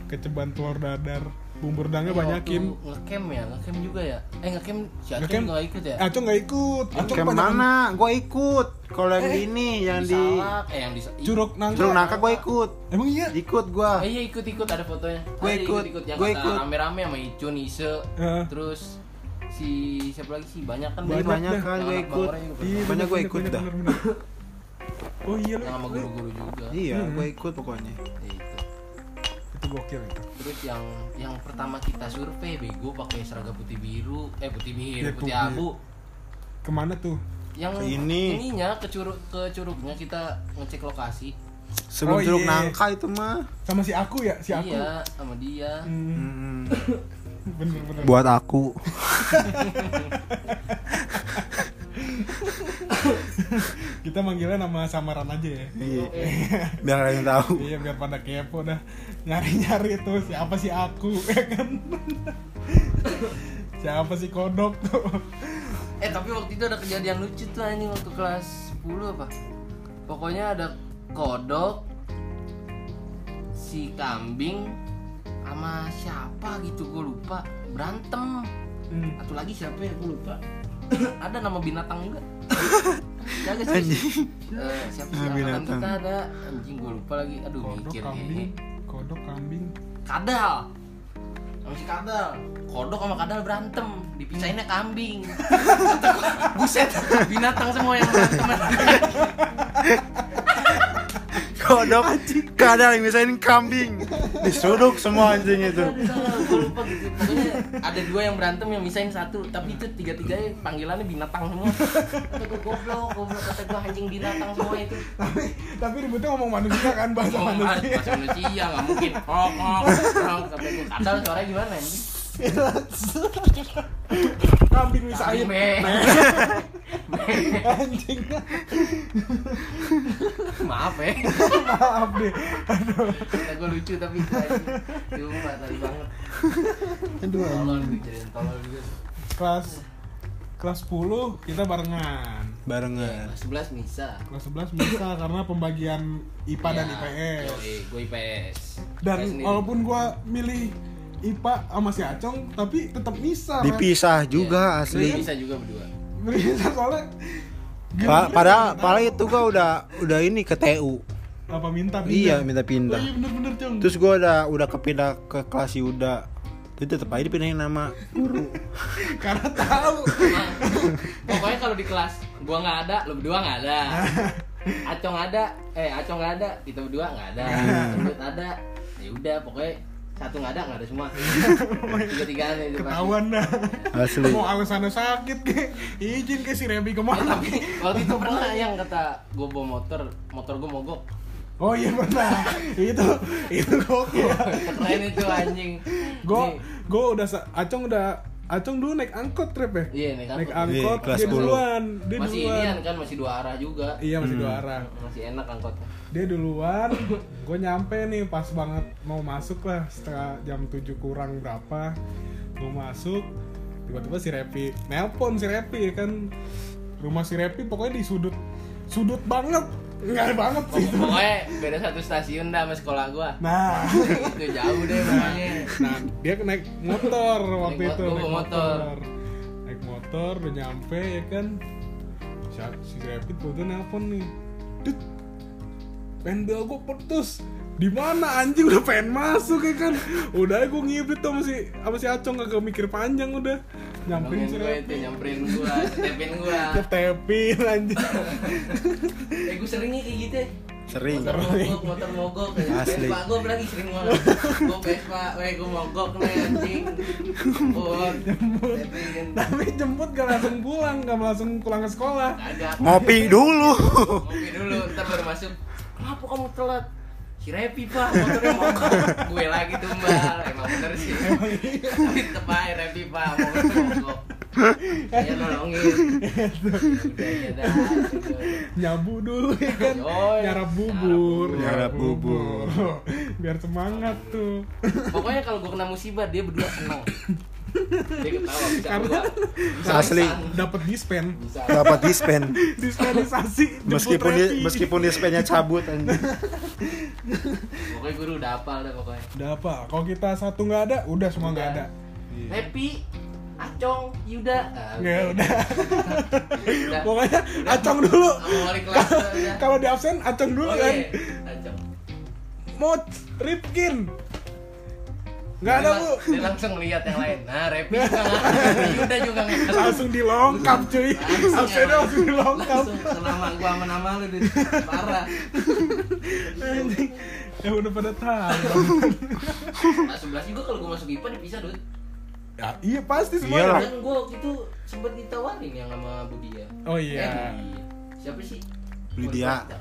keceban Hmm, telur dadar bumbu rendangnya banyakin Iya, Ngecamp ya, ngecamp juga ya. Eh ngecamp si Aceh Ngecamp? juga nggak ikut ya? Aco Eh, nggak ikut Aco ke kebanyakan mana gua ikut kalau yang ini yang di Salak, eh yang di curug nangka Jeruk nangka gua ikut emang iya ikut gua Eh iya ikut-ikut ada fotonya. Gua Ada ikut, yang gua kata ikut. rame-rame sama Icun, Ise, Heeh. terus si siapa lagi sih banyak kan Banyak, dari- kan dah. Yang gua anak ikut Bangor aja Iya, Pokoknya bener, gua bener, ikut bener, dah. bener, bener. oh iya lu yang sama guru-guru juga. iya Hmm. gua ikut pokoknya Ya, itu. itu gokil itu Terus yang yang pertama kita survei bego pakai seragam putih biru, eh putih biru, Iya, putih putih. abu. kemana tuh Yang Ke ini. ininya ke curug ke curugnya kita ngecek lokasi. sebelum Oh, jeruk iya. nangka itu mah sama si aku ya si aku Iya, sama dia. Hmm, bener bener buat aku kita manggilnya nama samaran aja ya iya biar kalian tahu iya biar pada kepo dah nyari nyari tuh siapa sih aku ya kan siapa sih kodok tuh Eh tapi waktu itu ada kejadian lucu tuh ini waktu kelas 10 apa? Pokoknya ada kodok si kambing sama siapa gitu gue lupa berantem Hmm. satu lagi siapa ya gue lupa ada nama binatang juga Kagak sih. anjing Eh, siapa sih Ah, angkatan binatang. kita ada anjing gue lupa lagi aduh kodok mikir kayaknya kambing kodok kambing kadal sama si kadal kodok sama kadal berantem dipisahinnya kambing Kata gua, buset binatang semua yang berantem kodok kadal yang misalnya kambing disuduk semua anjing itu gue lupa gitu pokoknya ada dua yang berantem yang misahin satu tapi itu tiga tiganya panggilannya binatang semua kata gue goblok goblok kata gue anjing binatang semua itu tapi tapi ributnya ngomong manusia kan bahasa ngomong ah, manusia bahasa manusia nggak mungkin oh oh oh kata gue kadal suaranya gimana anjing kambing misahin Kambing, meh. anjing maaf ya maaf deh Kata gue lucu tapi gue Cuma tadi banget aduh Tolol gue jadiin tolol juga kelas kelas 10 kita barengan barengan Kelas 11 Misa Iya. kelas 11 bisa karena pembagian IPA dan IPS Gue IPS dan Saya sendiri. Iya. walaupun gua milih IPA sama si Acong tapi tetap bisa Ran. dipisah Iya. juga Lu asli Misa juga berdua bisa soalnya Pa- Iya. giliran padahal padahal itu gua udah udah ini ke TU apa minta pindah iya minta oh, pindah iya bener-bener Cong terus gua udah udah kepindah ke kelas Yuda itu tetap aja dipindahin nama guru karena tahu Nah, Pokoknya kalau di kelas Gue gak ada, lu berdua gak ada Acong ada, eh Acong gak ada Kita berdua gak ada Hmm. Terus ada ya udah pokoknya satu nggak ada nggak ada semua tiga tigaan itu pasti. ketahuan dah asli mau alasannya sakit ke izin ke si Rebi Ya, kemana tapi waktu itu pernah yang kata gue bawa motor motor gue mogok oh iya benar itu itu gokil keren itu anjing gue Nih, gue udah sa- Acong udah Acong dulu naik angkot trip ya Iya, naik angkot. angkot Iya, kelas dia 10. duluan dia masih Hmm. duluan inian kan masih dua arah juga iya masih dua arah masih enak angkotnya dia duluan gue nyampe nih pas banget mau masuk lah setengah jam 7 kurang berapa gue masuk tiba-tiba si Repi nelpon si Repi ya kan rumah si Repi pokoknya di sudut sudut banget nggak banget sih itu. pokoknya beda satu stasiun dah sama sekolah gua nah itu jauh deh pokoknya nah dia naik motor waktu Naik mo- itu gua bawa motor. naik motor udah nyampe ya kan si, si Rapid tuh nelpon nih Dut, pendel gue putus di mana anjing udah pengen masuk ya kan udah gue ngibrit tuh sama si sama si Acong kagak mikir panjang udah nyamperin Nolongin si gua itu Rapid nyamperin gua tepin gua ketepin anjing eh gua seringnya kayak gitu ya. sering motor mogok motor mogok Asli. Vespa gua lagi sering banget gua Vespa weh gua mogok nih anjing oh tepin tapi jemput gak langsung pulang gak langsung pulang ke sekolah kagak ngopi dulu Ngopi dulu, ntar baru masuk. Kenapa kamu telat? Si Repi pak, motornya mogok. Gue lagi tumbal, emang bener sih. Tapi tetep aja Repi pak, motornya mogok. Saya Iya, nolongin. Iya, Udah ya dah. nyabu dulu ya kan Yoi. nyarap bubur Nyarap bubur. biar semangat tuh Pokoknya kalau gue kena musibah dia berdua seneng. Dia ketawa bisa Karena- keluar. Bisa Asli. pingsan. dapat dispen Bisa. dapat dispen dispensasi jemput meskipun di, Repi. meskipun dispennya cabut anjing Pokoknya guru udah hafal dah pokoknya. udah apa kalau kita satu nggak ada udah semua nggak ada Repi, Acong, Yuda. Ah, ya udah. udah Udah. pokoknya acong dulu Sama wali kelas udah. kalau di absen acong dulu Oke, kan Acong. mot ripkin nggak ada Dia bu lang- Dia langsung lihat yang lain. Nah, Repi juga nggak. Yuda juga nggak. langsung dilongkap cuy Langsung absennya ya. langsung dilongkap Langsung selama gua sama nama lu Dit. parah. Anjing. ya udah pada tahu Nah, sebelas juga kalau gua masuk IPA dipisah, Dut. ya, iya pasti Iyalah. semua Dan gua waktu itu sempet ditawarin yang sama Budi ya. oh iya Eh, Budi. Siapa sih? Lydia. Wanita.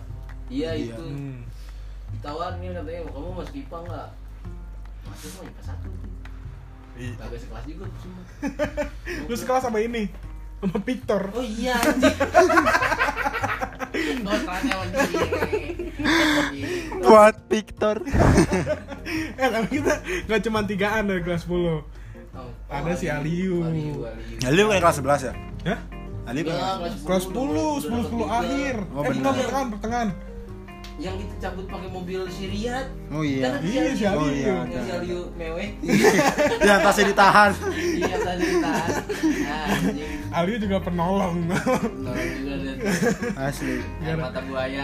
Iya Lydia. itu. Hmm. Ditawarin katanya, "Kamu masuk IPA nggak? Masuk mau IPA satu Ih. Kagak sekelas juga semua. lu sekelas sama ini sama Victor Oh iya anjing. Oh, ternyata anjing. buat Victor eh tapi kita nggak cuma tigaan dari kelas 10 Oh, Ada si Aliu. Aliu, Ali bukan kelas 11 ya Hah? Ali bukan Enggak, kelas kelas 10, 10, 10, udah- udah dapet tiga. akhir Oh, eh bukan bener. pertengahan, pertengahan Yang kita cabut pakai mobil si Riyad. Oh, iya. Kan ada Iya, si Aliu. Aliu. iya, Yang si ada. Aliu mewek. Di atasnya ditahan Iya tadi tahan. Nah, Ah, anjing. Alio juga penolong Nolong juga deh asli Iya, air mata buaya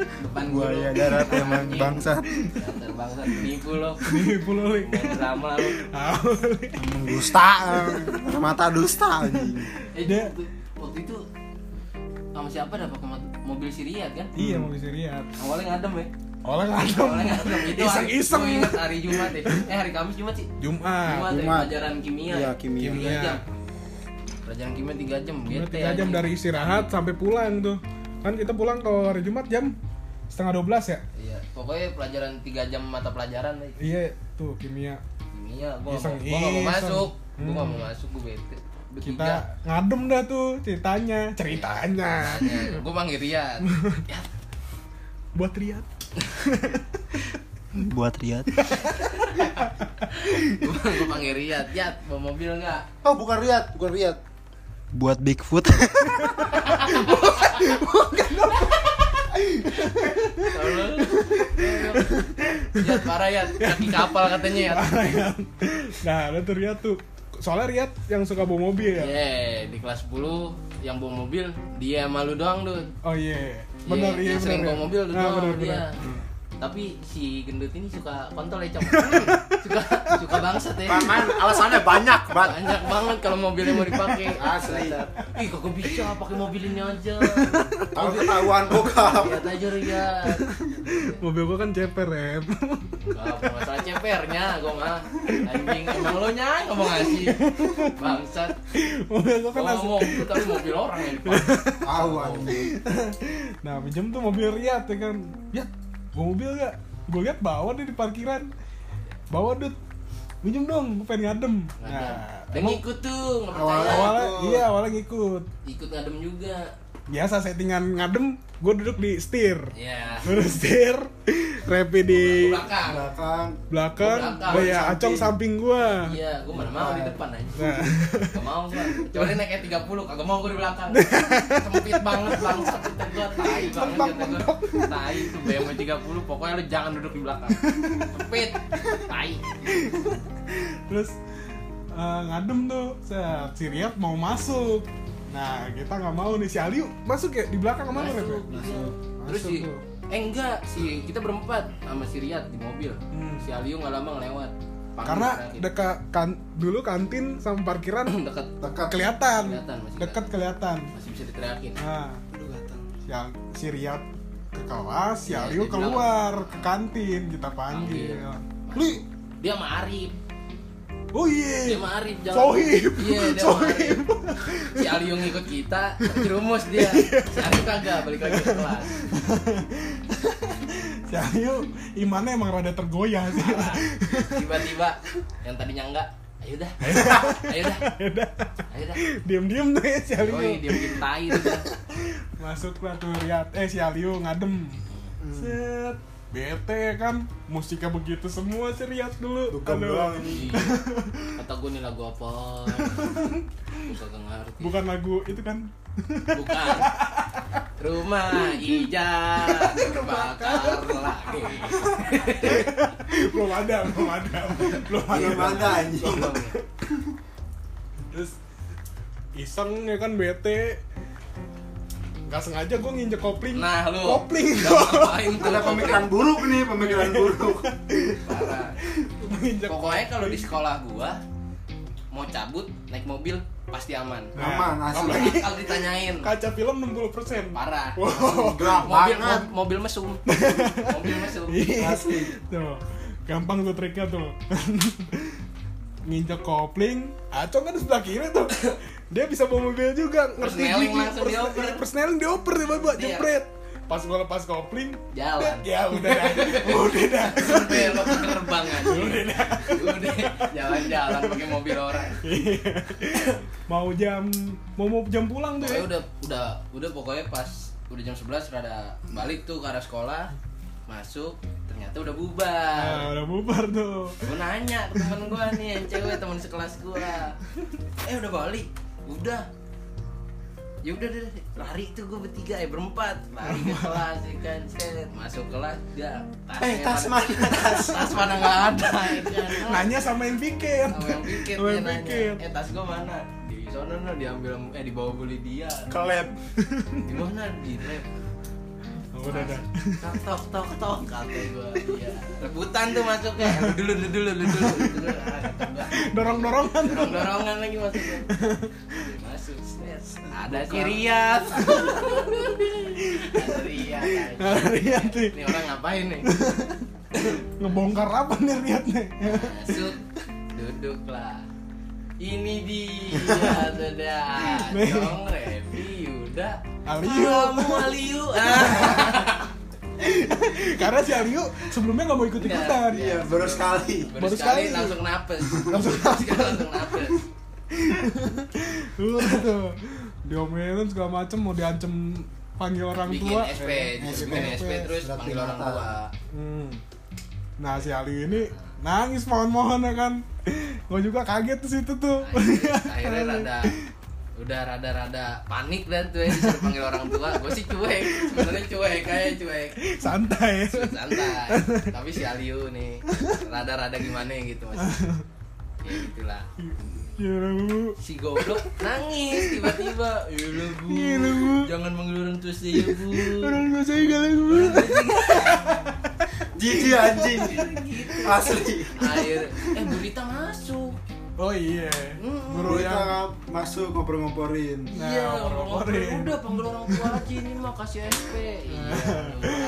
depan buaya darat emang bangsat dasar bangsa nipu lo Nih pulau li main drama lo Emang dusta eh. mata dusta anjing. eh Dia- waktu, waktu itu sama siapa dah pakai mat- mobil Siriat kan Iya mau bisa lihat awalnya ngadem ya Oleh awalnya ngadem itu hari- Iseng-iseng. Ah, gua ingat hari Jumat ya eh hari Kamis Jumat sih Jumat, Jumat ya, Jumat. pelajaran kimia Iya, ya. kimia. Tiga Kimia. jam. pelajaran kimia 3 jam Gitu Jumat ya. bete tiga jam anjing. dari istirahat sampai pulang tuh Kan kita pulang kalau hari Jumat jam setengah 12 ya iya pokoknya pelajaran 3 jam mata pelajaran deh. Iya tuh kimia kimia gua nggak mau- Iseng-iseng. gua nggak mau masuk gua Hmm. nggak mau masuk gua bete Bertiga. Kita ngadem dah tuh ceritanya Ceritanya Tanya, gue panggil Rian Rian, Buat lihat buat riat gue panggil Rian Rian bawa mobil nggak oh bukan riat bukan riat buat bigfoot Tolol. Rian parah Rian kaki kapal katanya Rian Nah lu tuh Riyad tuh Soalnya Riyad yang suka bawa mobil Iya. ya Yeay, di kelas 10 yang bawa mobil dia sama lu doang dud Oh iya Bener Yeay, iya yang bener, sering ya. bawa mobil lu Nah, doang Iya. bener, dia bener. tapi si gendut ini suka kontol ya cok suka suka bangsat ya alasannya banyak banget banyak banget kalau mobilnya mau dipakai Asli. ih kagak bisa pakai mobil ini aja Tahu ketahuan bokap. lihat aja ya. Rian Mobil gua kan ceper rem Kalau masalah cepernya, gue mah anjing emang lo nyang ngomong asli bangsat. Mobil gua Gua kan asli ngomong itu tapi mobil orang yang dipakai. Tahu anjing. Nah, pinjem tuh mobil Riyad ya kan. Ya, gua mobil gak? Gue liat bawa deh di parkiran. Bawa dud. Pinjem dong, gue pengen ngadem. Ngadem. Nah, Dan emang ngikut tuh, nggak Awalnya- percaya. awalnya ngikut. iya awalnya ngikut. Ikut ngadem juga. Biasa settingan ngadem, gue duduk di setir. Ya. Duduk di setir, Repi di Belakang. nah. Belakang belacang, Belakang, oh ya samping. acong samping gua. Iya, gue mana mau di depan aja. Nah, Gak mau gua. Kecuali naik kayak 30, kagak mau gue di belakang. Sempit banget bangsat itu gua tai banget kata gua. Tai itu BMW 30, pokoknya lu jangan duduk di belakang. Sempit. Tai. terus eh, ngadem tuh, set, si Riyad mau masuk. Nah, kita nggak mau nih si Aliu masuk ya di belakang kemana Rep? Masuk, ya? iya. Terus Masuk si tuh. eh enggak si kita berempat sama si Riyad di mobil. Hmm. Si Aliu nggak lama ngelewat. Panggil Karena terakhir. dekat kan dulu kantin sama parkiran deket dekat kelihatan, Kelihatan, masih dekat kelihatan. masih bisa diteriakin. Nah, Aduh, gatal. yang si Riyad ke kelas, si Iya, Aryo dia keluar ke kantin kita panggil. Panggil. Li, Dia sama Arif. oh Dia iya, sama Arif Sohib. Iya, dia sama Arif. Si Aliu ngikut kita, jerumus dia. Iya. Si Arif kagak balik lagi ke kelas. si Aryo imannya emang rada tergoyah sih. Parah. Tiba-tiba yang tadinya enggak, ayo dah. Ayo dah. Ayo dah. Diam-diam deh si Yoi, Aryo. dia bikin tai tuh. dah. Masuklah tuh Riyad, eh si Aryo ngadem. Hmm. Set, bete kan, musiknya begitu semua si Riyad dulu. Bukan Aduh. doang ini. Iya. Kata gue nih lagu apa? Gue kagak ngerti. Bukan lagu itu kan Bukan. Rumah hijau terbakar lagi. belum ada belum ada belum ada Belum ada anjing. terus iseng ya kan bete nggak sengaja gue nginjek kopling Nah lu. kopling udah ngapain tuh? Ada pemikiran buruk nih, pemikiran buruk. Parah. nginjek Pokoknya kalau di sekolah gua mau cabut naik mobil pasti aman. Aman asli. Apalagi Kalau ditanyain kaca film 60 persen parah. wow Gelap Mobil banget. mobil mesum. Mobil mesum. Iya, Asli. tuh gampang tuh triknya tuh nginjek kopling acong kan di sebelah kiri tuh dia bisa bawa mobil juga ngerti Persneling gigi langsung dioper. persneling persneling dioper tiba-tiba Iya. jepret pas gue lepas kopling Jalan. ya udah dah udah dah Belok ke gerbang aja. udah dah Iya. Udah jalan-jalan pakai mobil orang. mau jam mau mau jam pulang tuh ya Pokoknya udah udah udah pokoknya pas udah jam 11 rada balik tuh ke arah sekolah masuk ternyata udah bubar. Nah, udah bubar tuh gue nanya ke temen gue nih yang cewek temen sekelas gue eh udah balik udah ya udah deh lari tuh gue bertiga eh berempat lari ke kelas ya kan set masuk kelas ya Eh, tas mana- mana? Tas. tas mana nggak ada ya kan nanya sama yang pikir sama yang pikir Sama dia yang nanya pikir. eh tas gue mana di sana no, diambil sama- eh dibawa beli dia Kelep. di mana di lab Oh, udah dah tok tok tok tok kata gue iya rebutan tuh masuknya Eh, lu dulu lu dulu lu dulu lu dulu Ah, kata gua. dorong dorongan dorong dorongan lagi masuknya masuk set. ada si Rias ada Rias anjing. Rian nih ini orang ngapain nih ngebongkar apa nih Rian nih masuk duduklah ini dia sudah Jong Revi Yuda Aliu. kamu Aliu ah. karena si Aliu sebelumnya nggak mau ikut ikutan Iya. Iya, baru sekali. baru Baru sekali sekali. langsung napes Langsung Sekali langsung napes Udah tuh diomelin segala macem mau diancem panggil orang bikin tua SP SP, bikin SP terus surat panggil orang peringatan. tua Hmm. Nah si Ali ini nangis mohon-mohon ya kan Gue juga kaget di situ tuh Akhirnya- akhirnya rada udah rada-rada panik dan tuh ya disuruh panggil orang tua gue sih cuek sebenarnya cuek kayak cuek Santai ya santai tapi si Aliu nih rada-rada gimana gitu mas ya gitulah Gila Ya bu si goblok nangis tiba-tiba ya Allah, bu Iya, Bu. jangan manggil orang tua saya bu Orang tua saya galak bu Jijik anjing. gitu. Asli. akhir eh berita masuk Oh iya Hmm. Guru yang Kita masuk ngobrol-ngomporin. Nah, Iya, orang-orang. orang-orang udah panggil orang tua aja ini mah kasih SP. Iya,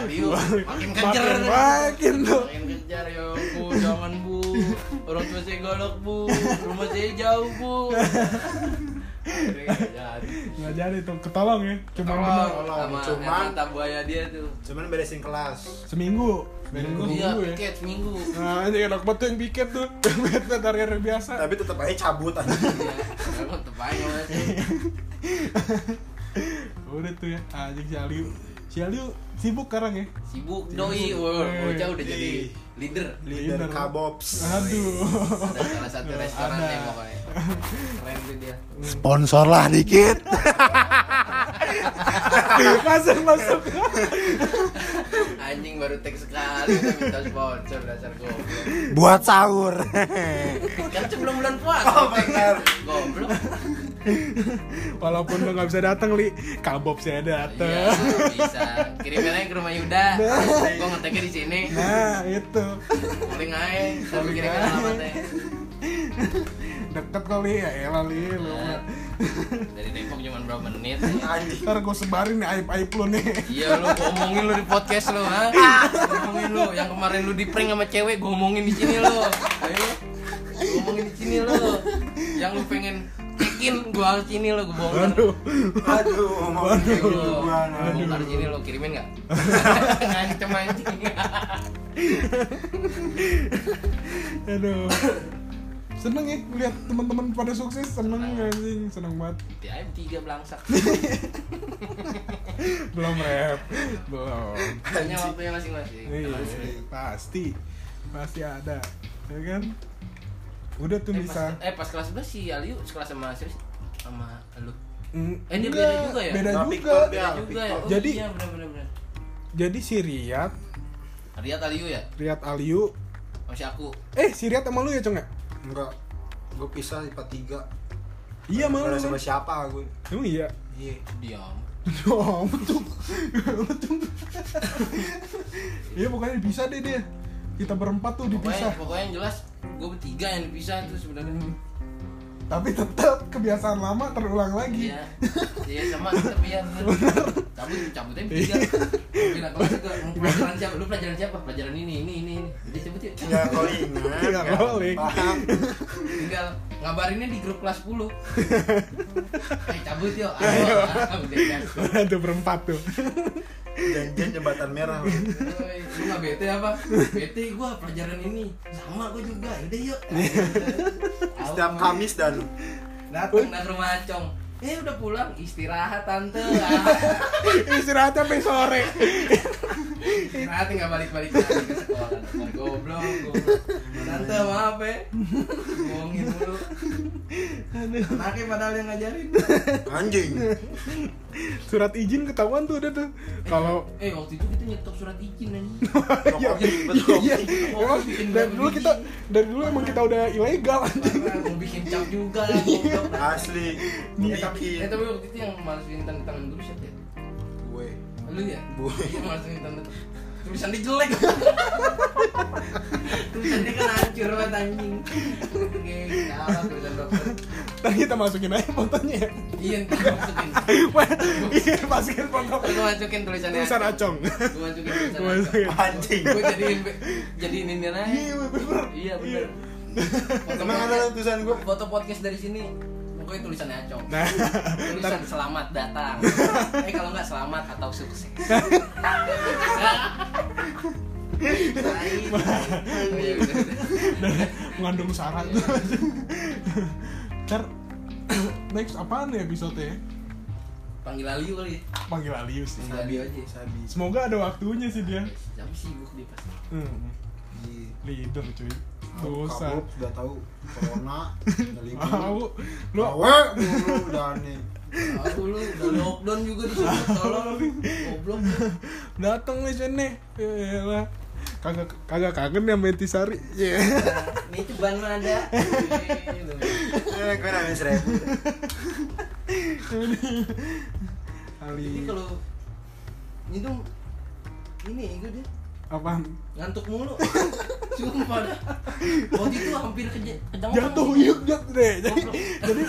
Aliu Balik. makin kejar. Makin makin tuh. Makin kejar ya, Bu. Jangan, Bu. Orang tua saya golok, Bu. Rumah saya jauh, Bu. Akhirnya nggak jadi. Nggak jadi tuh ketolong ya Cuma Sama- bener bener. sama Cuman- mata buaya dia tuh. Cuman beresin kelas. Seminggu Seminggu Iya, seminggu ya piket seminggu. Nah ini enak banget tuh yang piket tuh Yang piket dari hari biasa Tapi tetap aja cabut anjing. Iya, emang tepanya Mas. Udah tuh ya Anjing si Aliu Si Aliu sibuk sekarang ya Sibuk doi, wah, bocah udah jadi leader. Leader Kabops. Iya, Aduh Ada salah satu restoran Ada. deh pokoknya. Keren tuh dia. Sponsor lah dikit. Masuk masuk Anjing baru tek sekali udah minta sponsor dasar goblok. Buat sahur. Kan sebelum bulan puasa. Oh, bener. Goblok. Walaupun lo gak bisa datang li Kabob saya Iya, datang bisa. Kirimin aja ke rumah Yuda. Gua ngeteknya di sini. Nah itu Paling aja, tapi Calling kirimin aja. alamatnya. Deket kali ya elah li lu. Nah, Dari Depok cuma berapa menit? Anjing. Ntar gue sebarin nih aib-aib lo nih Iya lu gua omongin lu di podcast lu ha. Gua Omongin lu yang kemarin lu di prank sama cewek gua omongin di sini lu. Ayo. Gua omongin di sini lu. Yang lu pengen cekin gua harus sini lu gua bongkar. Aduh Aduh, mau kayak Lu, gitu gua. gua bongkar di sini lu kirimin enggak? Ngancem anjing. Aduh Seneng ya lihat teman-teman pada sukses seneng anjing seneng banget Dia ayam tiga belangsak. belum rap belum Punya waktunya masing-masing. iya pasti pasti ada ya kan udah tuh Eh, bisa pas, eh pas kelas 11 si Aliu sekelas sama siapa sih? Sama lu. Mm, Eh, dia beda enggak, juga ya? Beda Nah, juga. Victor Beda juga ya. Oh, Jadi- iya benar-benar benar. Jadi si Riyad, Lihat Aliu ya? Riyad Aliu. Masih aku. Eh, si Riyad sama lu ya, Cong ya? Enggak. Gua pisah IPA 3. Iya, sama lu. Gak ada sama kan? siapa gue. Emang iya. Iya. Diam. Oh, betul. betul. Iya, pokoknya bisa deh dia. Kita berempat tuh Pokoknya, dipisah. pokoknya yang jelas gue bertiga yang dipisah itu sebenarnya. Hmm. Tapi tetap kebiasaan lama terulang lagi. Iya. Iya. Iya sama kita biar cabut cabutnya bertiga. Bila kelas juga "Lu pelajaran siapa? Lu pelajaran siapa? Pelajaran ini ini ini ini. Jadi cabut yuk. Iya, Enggak kau ingat. Nggak nggak rolling. Paham. Tinggal ngabarinnya di grup kelas 10. Eh cabut yuk. Ayo. Ah, Udah kan. Udah tuh berempat tuh. Janjian jembatan merah. Bang. Woi, Lu gak bete apa? Bete gue pelajaran ini Sama gue juga, Ya udah yuk Setiap Kamis dan Dateng dah ke rumah Acong Eh Ah. udah pulang, istirahat tante Istirahatnya sampai sore. Nah, tinggal balik-balik lagi ke sekolah. Teman goblok, goblok. Tante maaf ya. Bohongin mulu. Anaknya padahal yang ngajarin. Eh, Anjing. Surat izin ketahuan tuh ada tuh. Kalau eh waktu itu kita nyetok surat izin anjing. Iya, iya. Emang dari dulu kita dari dulu emang kita udah ilegal anjing. Karena mau bikin cap juga lah, goblok. Asli. Eh, tapi, eh, Bikin. tapi waktu itu yang masukin tanda tangan guru siapa ya? Gue. Lu ya? Gue. Yang masukin tanda Tulisannya jelek Tulisannya kan hancur banget anjing Oke, kalah tulisan dokter Ntar kita masukin aja fotonya ya. Iya, ntar gua masukin Iya, masukin foto. Ntar gua masukin tulisannya Tulisan acong. Gua masukin Gua tulisannya masukin. Anjing. Gua jadiin, jadiin ini aja Iya, bener. Iya, bener Foto Emang ada podcast- tulisan gue? Kan Foto podcast dari sini Pokoknya tulisannya acong Nah, tulisan selamat datang eh kalau nggak selamat atau sukses Oh, iya, bener. mengandung syarat tuh. Ntar next apaan ya episode ya? panggil Aliu kali ya Panggil Alius sih. panggil Aliu aja Sabi. Semoga ada waktunya sih dia. tapi sibuk dia pasti Hmm. Iya. Leader cuy. Dosa. Kabut udah tahu corona, udah libur. Tahu. Lu Awe, mulu udah aneh. aku lu udah lockdown juga di sini tolong goblok datang nih sini. Yaelah. Kagak kagak kangen ya Metisari. Iya. ini ceban mah ada Eh, lu. Eh, gue nanya seribu. jadi Kali kalau ini dong ini gue dia apaan? ngantuk mulu sumpah dah waktu itu hampir keja- kejamuk Jatuh iya. yuk jatuh deh. Jadi jadi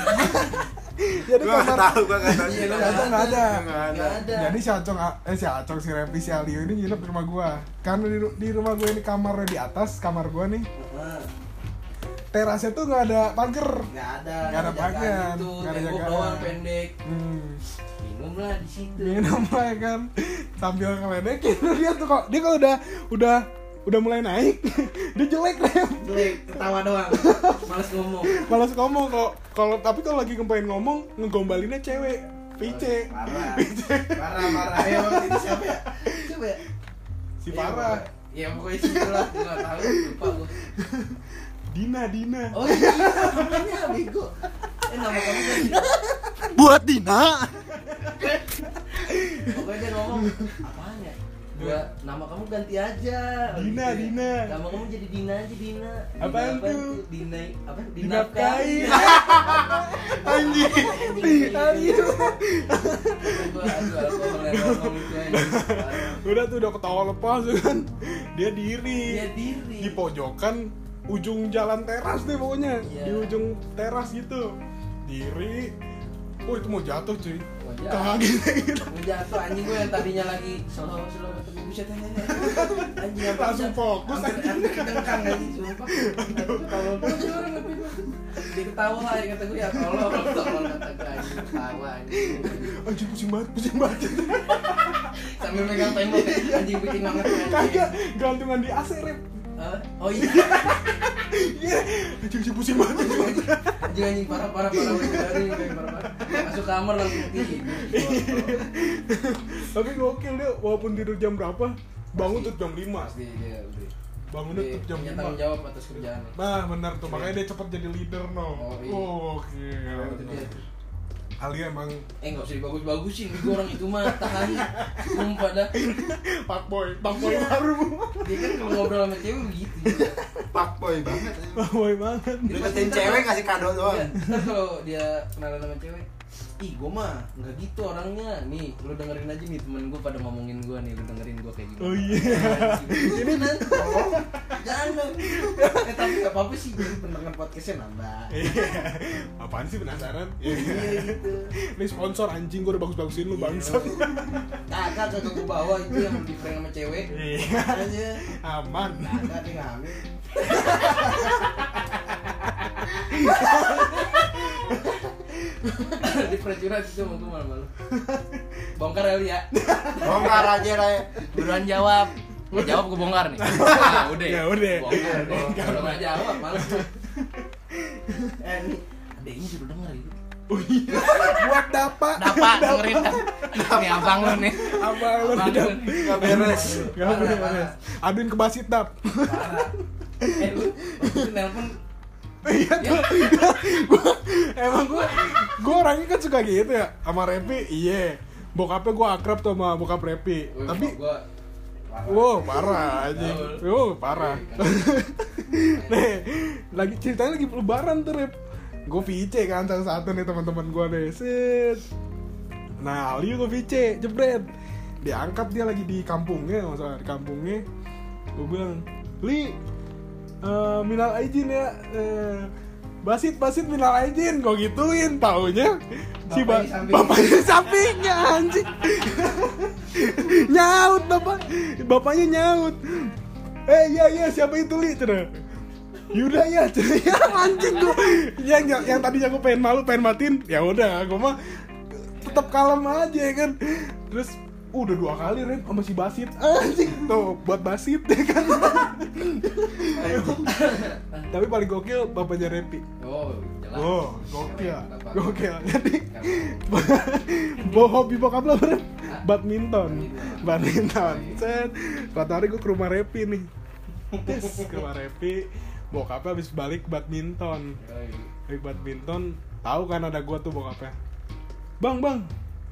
jadi Gue nggak kamar tahu, gue nggak tahu. Iya, lu Jatuh nggak Nggak ada. ada. Nggak ada Jadi si Acong, eh si Acong si Repi si Alio ini nginep di rumah gua. Karena di, ru- di rumah gua ini kamarnya di atas, kamar gua nih. Wah. Terasnya tuh nggak ada pagar. Nggak ada, Nggak ada jagaan pagar, Itu nggak ada tembok jagaan. doang pendek. Hmm. Minum lah di situ. Minum lah ya kan sambil ngeledekin dia tuh kok dia kalau udah udah udah mulai naik dia jelek lah Jelek, ketawa doang. Males ngomong. malas ngomong kok kalau tapi kalau lagi ngepengen ngomong ngegombalinnya cewek pice Parah. Parah, parah. Ayo waktu itu siapa ya? Siapa ya? si Iya, parah pokoknya- Ya pokoknya sih lah, Gua nggak tahu lupa gua. Dina Dina Oh iya, namanya bego. Eh nama kamu kan Buat Dina. pokoknya dia ngomong apaan ya? Gua nama kamu ganti aja. Dina, Gitu ya. Dina. Nama kamu jadi Dina aja Dina. Dina Apaan tuh? Dina apa? Dinafkahi. Dinafkahi. Anjing. Iya, Aduh. Gua- aduh, aku pernah ngomong itu aja. udah tuh udah ketawa lepas tuh kan dia diri Dia diri. di pojokan ujung jalan teras deh pokoknya Iya. di ujung teras gitu diri oh itu mau jatuh cuy Mau jatuh. kaget Gua jatuh anjing gue yang tadinya lagi solo solo ketemu buset anjing. Anjing apa? Langsung fokus, Hampir hampir dengkang anjing sumpah. Aduh, tolong Aduh, orang ngepin. Dia ketawa lah ya, kata gue ya tolong tolong kata gue anjing ketawa anjing. anjing pusing banget pusing banget Sambil megang tembok ya, anjing bikin banget anjing. kagak gantungan di AC rep Eh, Oh iya. iya anjing pusing pusing banget Anjing anjing parah parah parah anjing parah parah. Masuk kamar langsung tidur. Iya. tapi gokil dia walaupun tidur jam berapa bangun tuh jam 5 Pasti dia udah. bangunnya Dia tuh jam Iya, punya 5 tanggung jawab atas kerjaannya. Nah benar tuh makanya dia cepet jadi leader no. Oh, iya. Oh, Oke. Itu dia. Alia emang Eh nggak usah dibagus-bagusin, gue orang itu mah tahan Sumpah dah pak boy, pak boy baru, Dia kan kalau ngobrol sama cewek begitu Pak boy banget. anjing. pak boy banget. Lu ngetin cewek ngasih kado Iya, doang. ntar kalau dia kenalan sama cewek Ih gue mah nggak gitu orangnya Nih lu dengerin aja nih temen gue pada ngomongin gue nih Lu dengerin gue kayak gimana Oh, iya. Ini kan oh, Jangan dong Eh tapi nggak apa-apa sih Jadi pendengar podcastnya nambah Iya. Apaan sih penasaran? Iya gitu Iya. Ini sponsor anjing gua udah bagus-bagusin lu bangsat. Kakak kakak gue bawa itu yang di prank sama cewek Iya. Aja Aman. Kakak dia ngambil di percurat itu mau gue malu-malu bongkar kali ya Bongkar aja lah. ya. buruan jawab nggak jawab gue bongkar nih ya udah Ya udah. bongkar dong. kalau nggak jawab malas eh nih adeknya suruh denger itu Oh iya. Buat dapak. Dapak dengerin dah. Nih abang lu nih. Abang lu Abang tidak. lu nih. Gak beres. Gak boleh beres. Aduin ke basit dap. Eh lu waktu itu nelpon Iya tuh. Gua- Emang gue gue orangnya kan suka gitu ya sama Repi. Iya. Bokapnya gue akrab tuh sama bokap Repi. Wih, Tapi gua Wow, parah anjing. Wow, parah. nih, lagi ceritanya lagi lebaran tuh, Rip. Gue VC kan salah satu nih teman-teman gue nih. Set. Nah, Liu gue VC, jebret. Diangkat dia lagi di kampungnya, masalah di kampungnya. Gue bilang, Li, eh, minal aijin ya. Eh, basit, basit minal aijin. Gue gituin, taunya. Si ba- Bapaknya samping. bapaknya sampingnya anjing nyaut bapak bapaknya nyaut eh ya ya siapa itu li cera Yuda ya cera ya anjing gua yang yang, yang tadinya gua pengen malu pengen matiin ya udah gua mah tetap kalem aja ya kan terus udah dua kali Ren sama si Basit anjing tuh buat Basit ya kan tapi paling gokil bapaknya Repi Oh, jelas. oh gokil Bapak. gokil jadi Bo hobi bokap lo apa? Badminton Badminton Set Suatu hari gue ke rumah Repi nih Tes, Ke rumah Repi Bokapnya habis balik badminton Balik badminton tahu kan ada gue tuh bokapnya Bang, bang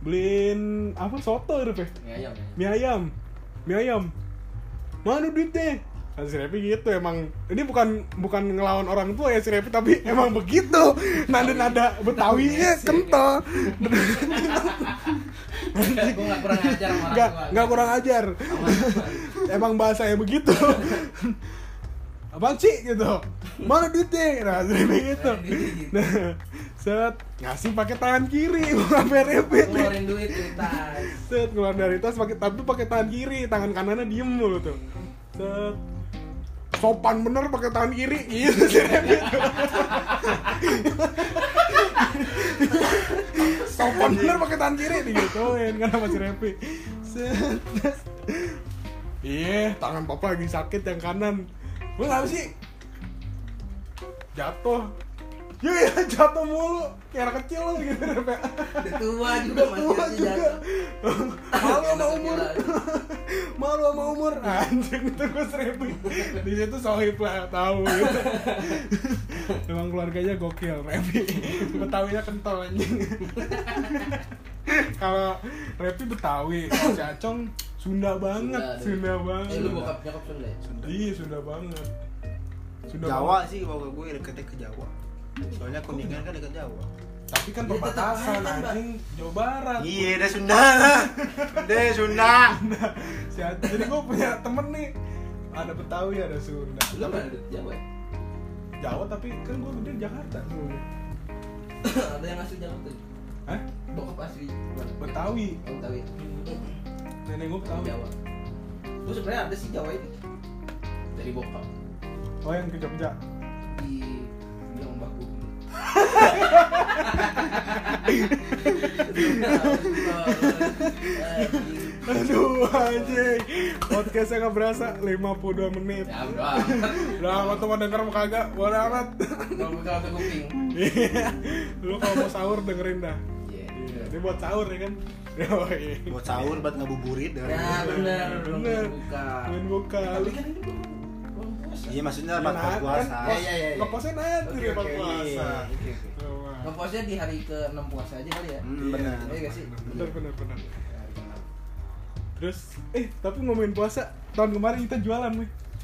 Beliin apa soto Rep ya? Ini ayam ya. Mie ayam Mie ayam Mana duitnya? Nah, si Repi gitu emang ini bukan bukan ngelawan orang tua ya si Repi tapi emang begitu nada nada Betawi ya kental Gua nggak kurang ajar sama orang nggak tua. nggak kurang ajar emang bahasanya begitu abang sih gitu mana duitnya nah jadi begitu nah set ngasih pakai tangan kiri bukan repit Keluarin duit dari tas. set keluar dari tas pakai tapi pakai tangan kiri tangan kanannya diem mulu tuh set sopan bener pakai tangan kiri gitu si Repit. sopan bener pakai tangan kiri digituin kan sama si Repi set terus, iya tangan papa lagi sakit yang kanan lu apa sih jatuh Yuk ya jatuh mulu kayak anak kecil lu gitu Rep. Udah tua juga Udah masih tua aja juga jatuh. Iya, Malu sama umur Gila. Malu sama umur Anjing itu gue seribu Di situ sohib lah tahu gitu Emang keluarganya gokil Repi Betawinya kental anjing Kalau Repi Betawi Kalau si Acong Sunda banget Sunda Sunda, Eh, banget lu bokap nyokap Sunda ya? Iya Sunda banget Sunda Jawa sih kalau gue deketnya ke Jawa. Soalnya Kuningan kan dekat Jawa. banget. Tapi kan Dia Iya, tetap perbatasan Kalimantan, Mbak. anjing Jawa Barat Iya, udah Sunda. Udah Sunda. Si Acong- Jadi gue punya temen nih ada Betawi, ada Sunda. Lu mana di Jawa ya? Jawa tapi kan gue gede di Jakarta dulu Ada yang asli Jawa tuh. Hah? Bokap asli. mana? Betawi Oh, Betawi. Nenek gue Betawi Jawa. Lu sebenarnya ada sih Jawa itu. Dari bokap. Oh yang ke Jogja Di yang Mbah Kubi. Aduh anjing Podcastnya gak berasa 52 menit Ya udah. amat. Udah amat tuh mau denger mau kagak Bodo amat Kalau bekal ke kuping. Lu kalau mau sahur dengerin dah Iya. Iya, Ini buat sahur ya kan Yoi. Buat sahur buat ngabuburit ya. dan. Nah, benar. Bener Buka. Main buka Tapi kan ini belum belum puasa. Iya, maksudnya Iya, buat buat kan? puasa. Iya, iya, iya. Ngeposnya nanti Oke, di oke, iya. puasa Oke, oke. Wah. Ngeposnya di hari ke-6 puasa aja kali ya. Hmm, benar. Iya nggak sih? Bener bener bener Terus Eh tapi ngomongin puasa Tahun kemarin kita jualan weh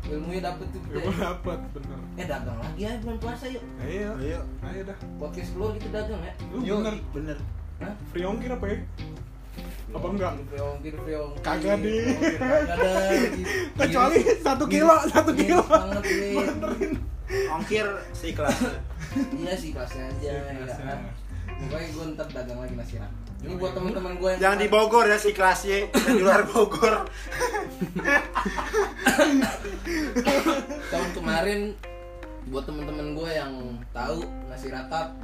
Ilmunya dapet tuh. Jay. Ilmu dapat bener. Nah, Eh dagang lagi ya bulan puasa yuk. Ayo. Ayo. Ayo iya dah. Podcast lu kita dagang ya. Lu Yuk, bener. iya. bener. Hah? Priongkin apa ya? Apa enggak? Priongkir, priongkir. Kagak deh. Priongkir, Kagak deh. Kecuali satu kilo, satu Miris kilo. Iya, banget nih. Ongkir seikhlasnya. Iya sih kelasnya aja. ya Biasa. kan? Pokoknya gue ntar dagang lagi nasi rak. ya, Ini buat teman-teman gue yang Jangan di Bogor ya si kelasnya Yang di luar Bogor. tahun kemarin buat teman-teman gue yang tahu nasi rakat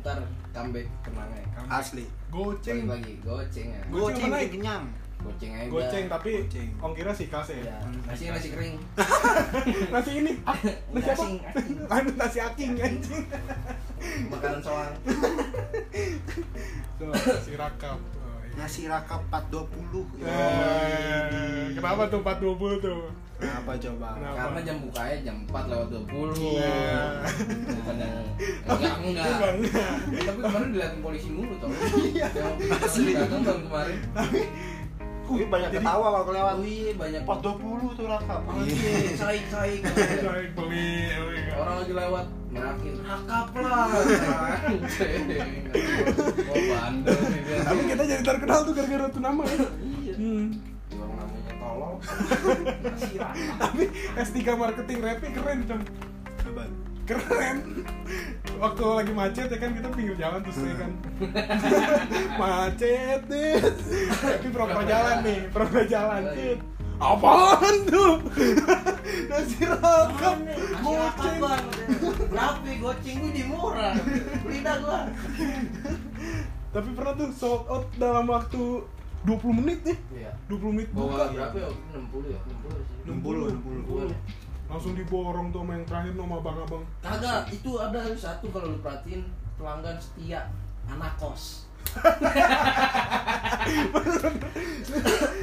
ntar comeback kenangnya. Asli. Goceng. Pagi-pagi goceng ya. Goceng Goceng apa naik? bikin kenyang. Goceng aja. Goceng tapi Goceng. ongkirnya sih kasih Ya, ya. nasi nasi kering. Nasi ini. Ah, nasi apa? Asing, asing. Aduh, nasi aking anjing. Makanan soang. Tuh, nasi rakap. Oh, iya. Nasi raka 420. Ya. Eh, Kenapa tuh 420 tuh? Kenapa coba? Kenapa? Karena jam bukanya jam 4 lewat 20. Nah. Bukan yang enggak enggak. Eh, Tapi kemarin dilihatin polisi mulu tau. Yang asli datang tahun kemarin. Tapi banyak Jadi- ketawa kalau lewat. Wih, banyak 420 tuh raka. Iya. Iya. Anjing, saik-saik. Coy, beli. beli. Orang lagi lewat ngerakin akap lah. Anjing. Oh, bandel nih dia. Tapi kita jadi terkenal tuh gara-gara tuh nama ya. Iya. Hmm. Orang namanya tolol. Masih rakyat. Tapi S3 marketing rapnya keren, Cem. Coba. Keren. Waktu lagi macet ya kan kita pinggir jalan terus ya kan. macet nih. Tapi program jalan nih, program jalan. Oh, iya. Dit. Apaan tuh? Nasi rakap. Goceng. Berapa goceng gue di murah. Lidah gua. Tapi pernah tuh sold out dalam waktu 20 menit nih. Iya. 20 menit Bawa buka. berapa ya? 60 ya? 60 sih. 60 Gua deh. Langsung diborong tuh sama yang terakhir sama abang-abang. Kagak, itu ada satu kalau lu perhatiin pelanggan setia anak kos.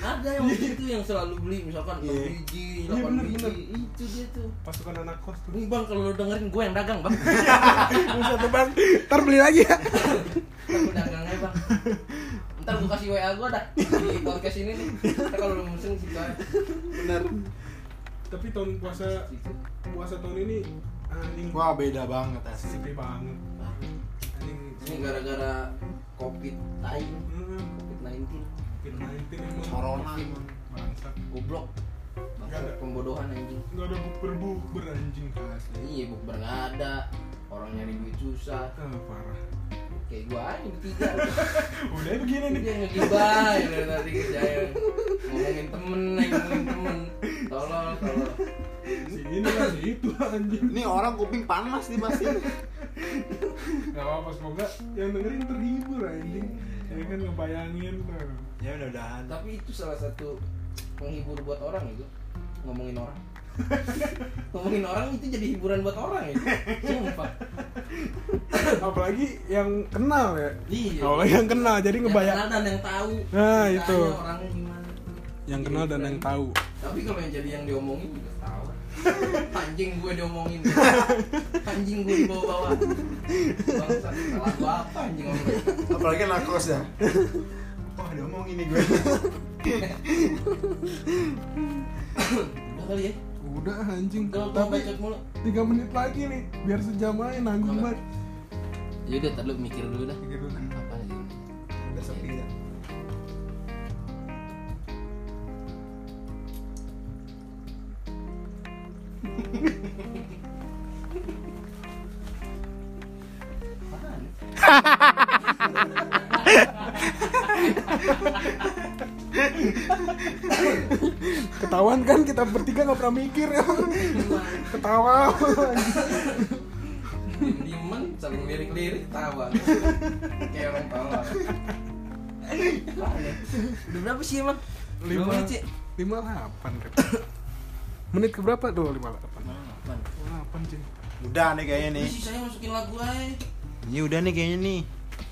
ada yang begitu yang selalu beli misalkan enam Iya. biji, Iya, 8 bener, biji. bener. Itu dia tuh. Pasukan anak kos tuh. Ini bang kalau lu dengerin gue yang dagang bang. Satu bang, ntar beli lagi ya. Aku dagangnya bang. Ntar gue kasih WA gue dah di podcast ini nih. Ntar kalau lu gitu musim sih coy. Bener. Tapi tahun puasa Gitu. puasa tahun ini anjing Wah, beda banget asli. sepi banget. Anjing Ini gara-gara covid time, Hmm, covid 19 COVID-19 emang Corona. bangsa. goblok. Bangsa Kagak. pembodohan anjing. Gak ada bukber bukber anjing asli. Iya, bukber nggak ada. Orang nyari duit susah. Ah, parah. Kayak gua aja bertiga. Udah begini Ini nih. dia ngegibain dari tadi kerjaan. Ngomongin temen, nih, ngomongin temen. Tolol, tolol. Si ini lah, si itu lah, anjing. Ini orang kuping panas nih masih. Gak apa-apa semoga yang dengerin terhibur anjing. Ya kan ngebayangin tuh. Ya mudah-mudahan. Tapi itu salah satu penghibur buat orang itu. Ngomongin orang. ngomongin orang itu jadi hiburan buat orang ya. Sumpah. Apalagi yang kenal ya. Iya. Apalagi yang kenal jadi ngebayang. Yang kenal dan yang tahu. Nah, Ceritanya itu. orangnya gimana. yang kenal dan Iya. yang tahu Tapi kalau yang jadi yang diomongin juga tahu. Anjing gue diomongin. Anjing gue dibawa-bawa. Bangsa, salah gua apa anjing ngomong. Apalagi narkos ya. Wah, diomongin nih gue. Udah kali ya. udah anjing Kalau gua tapi bacot mulu. tiga menit lagi nih biar sejam aja nanggung Apa? banget Ya udah, tar lu mikir dulu dah. Gitu Mikir kan. dulu. Apa lagi? Udah sepi ya. Apaan? ketahuan kan kita bertiga nggak pernah mikir ya ketawa Diem-dieman saling lirik-lirik tawa. Kayak orang tawa. Apaan ya? Udah berapa sih emang? Berapa lima menit sih? lima delapan kan menit keberapa tuh lima delapan Apaan? lima delapan cing Udah nih kayaknya Ini nih. sih saya masukin lagu aja. Ini Iya, udah nih kayaknya Ya, nih.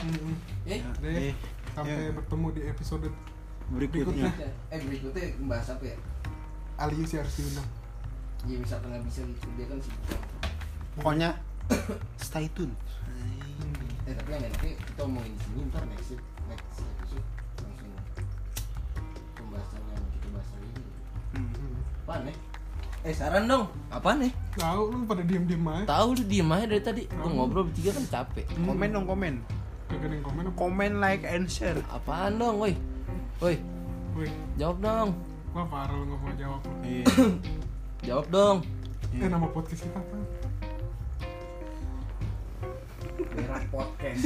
Mm-mm. Eh, deh Eh, sampai ya. bertemu di episode Berikutnya. eh berikutnya bahas apa ya? Alius Yarsiuna Ya bisa tengah bisa gitu dia kan sih. Pokoknya stay tune. Eh tapi yang nanti kita omongin di sini ntar next week- next episode langsung pembahasan yang kita bahas hari ini. Hmm. Apaan nih? Eh saran dong. Apaan nih? tahu lu pada diem diem aja Tahu lu diem aja dari tadi. Gua Hmm. ngobrol bertiga kan capek. Komen dong komen. kagak ada yang komen apa Komen like and share. Apaan dong, woi? Woi, wih jawab dong. gua parah lu nggak mau jawab Iya. Jawab dong. eh nama podcast kita apa Merah podcast.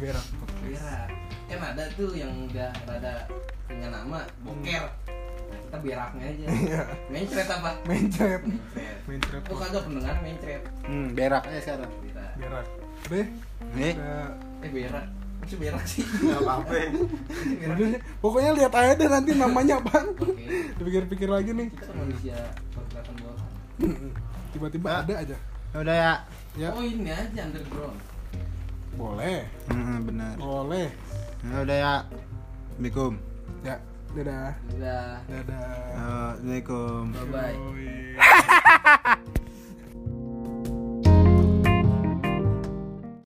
berak Berak. Kan ada tuh yang udah rada punya nama boker. Nah, Kita beraknya aja. Iya. Mencret apa? mencret Mencret. mencret Lu kagak pendengar mencret. hmm, berak aja sekarang Berak. berak deh nih Nah, Eh berak. Masih berak sih. Enggak apa-apa. Berak. udah deh. pokoknya lihat aja deh nanti namanya apaan Oke. dipikir-pikir lagi nih Kita manusia pergerakan bawah. tiba-tiba Ah. ada aja udah ya ya Oh ini aja underground. boleh hmm, benar boleh ya, udah ya assalamualaikum ya dadah Udah. dadah Eh, assalamualaikum Bye bye. Yoi.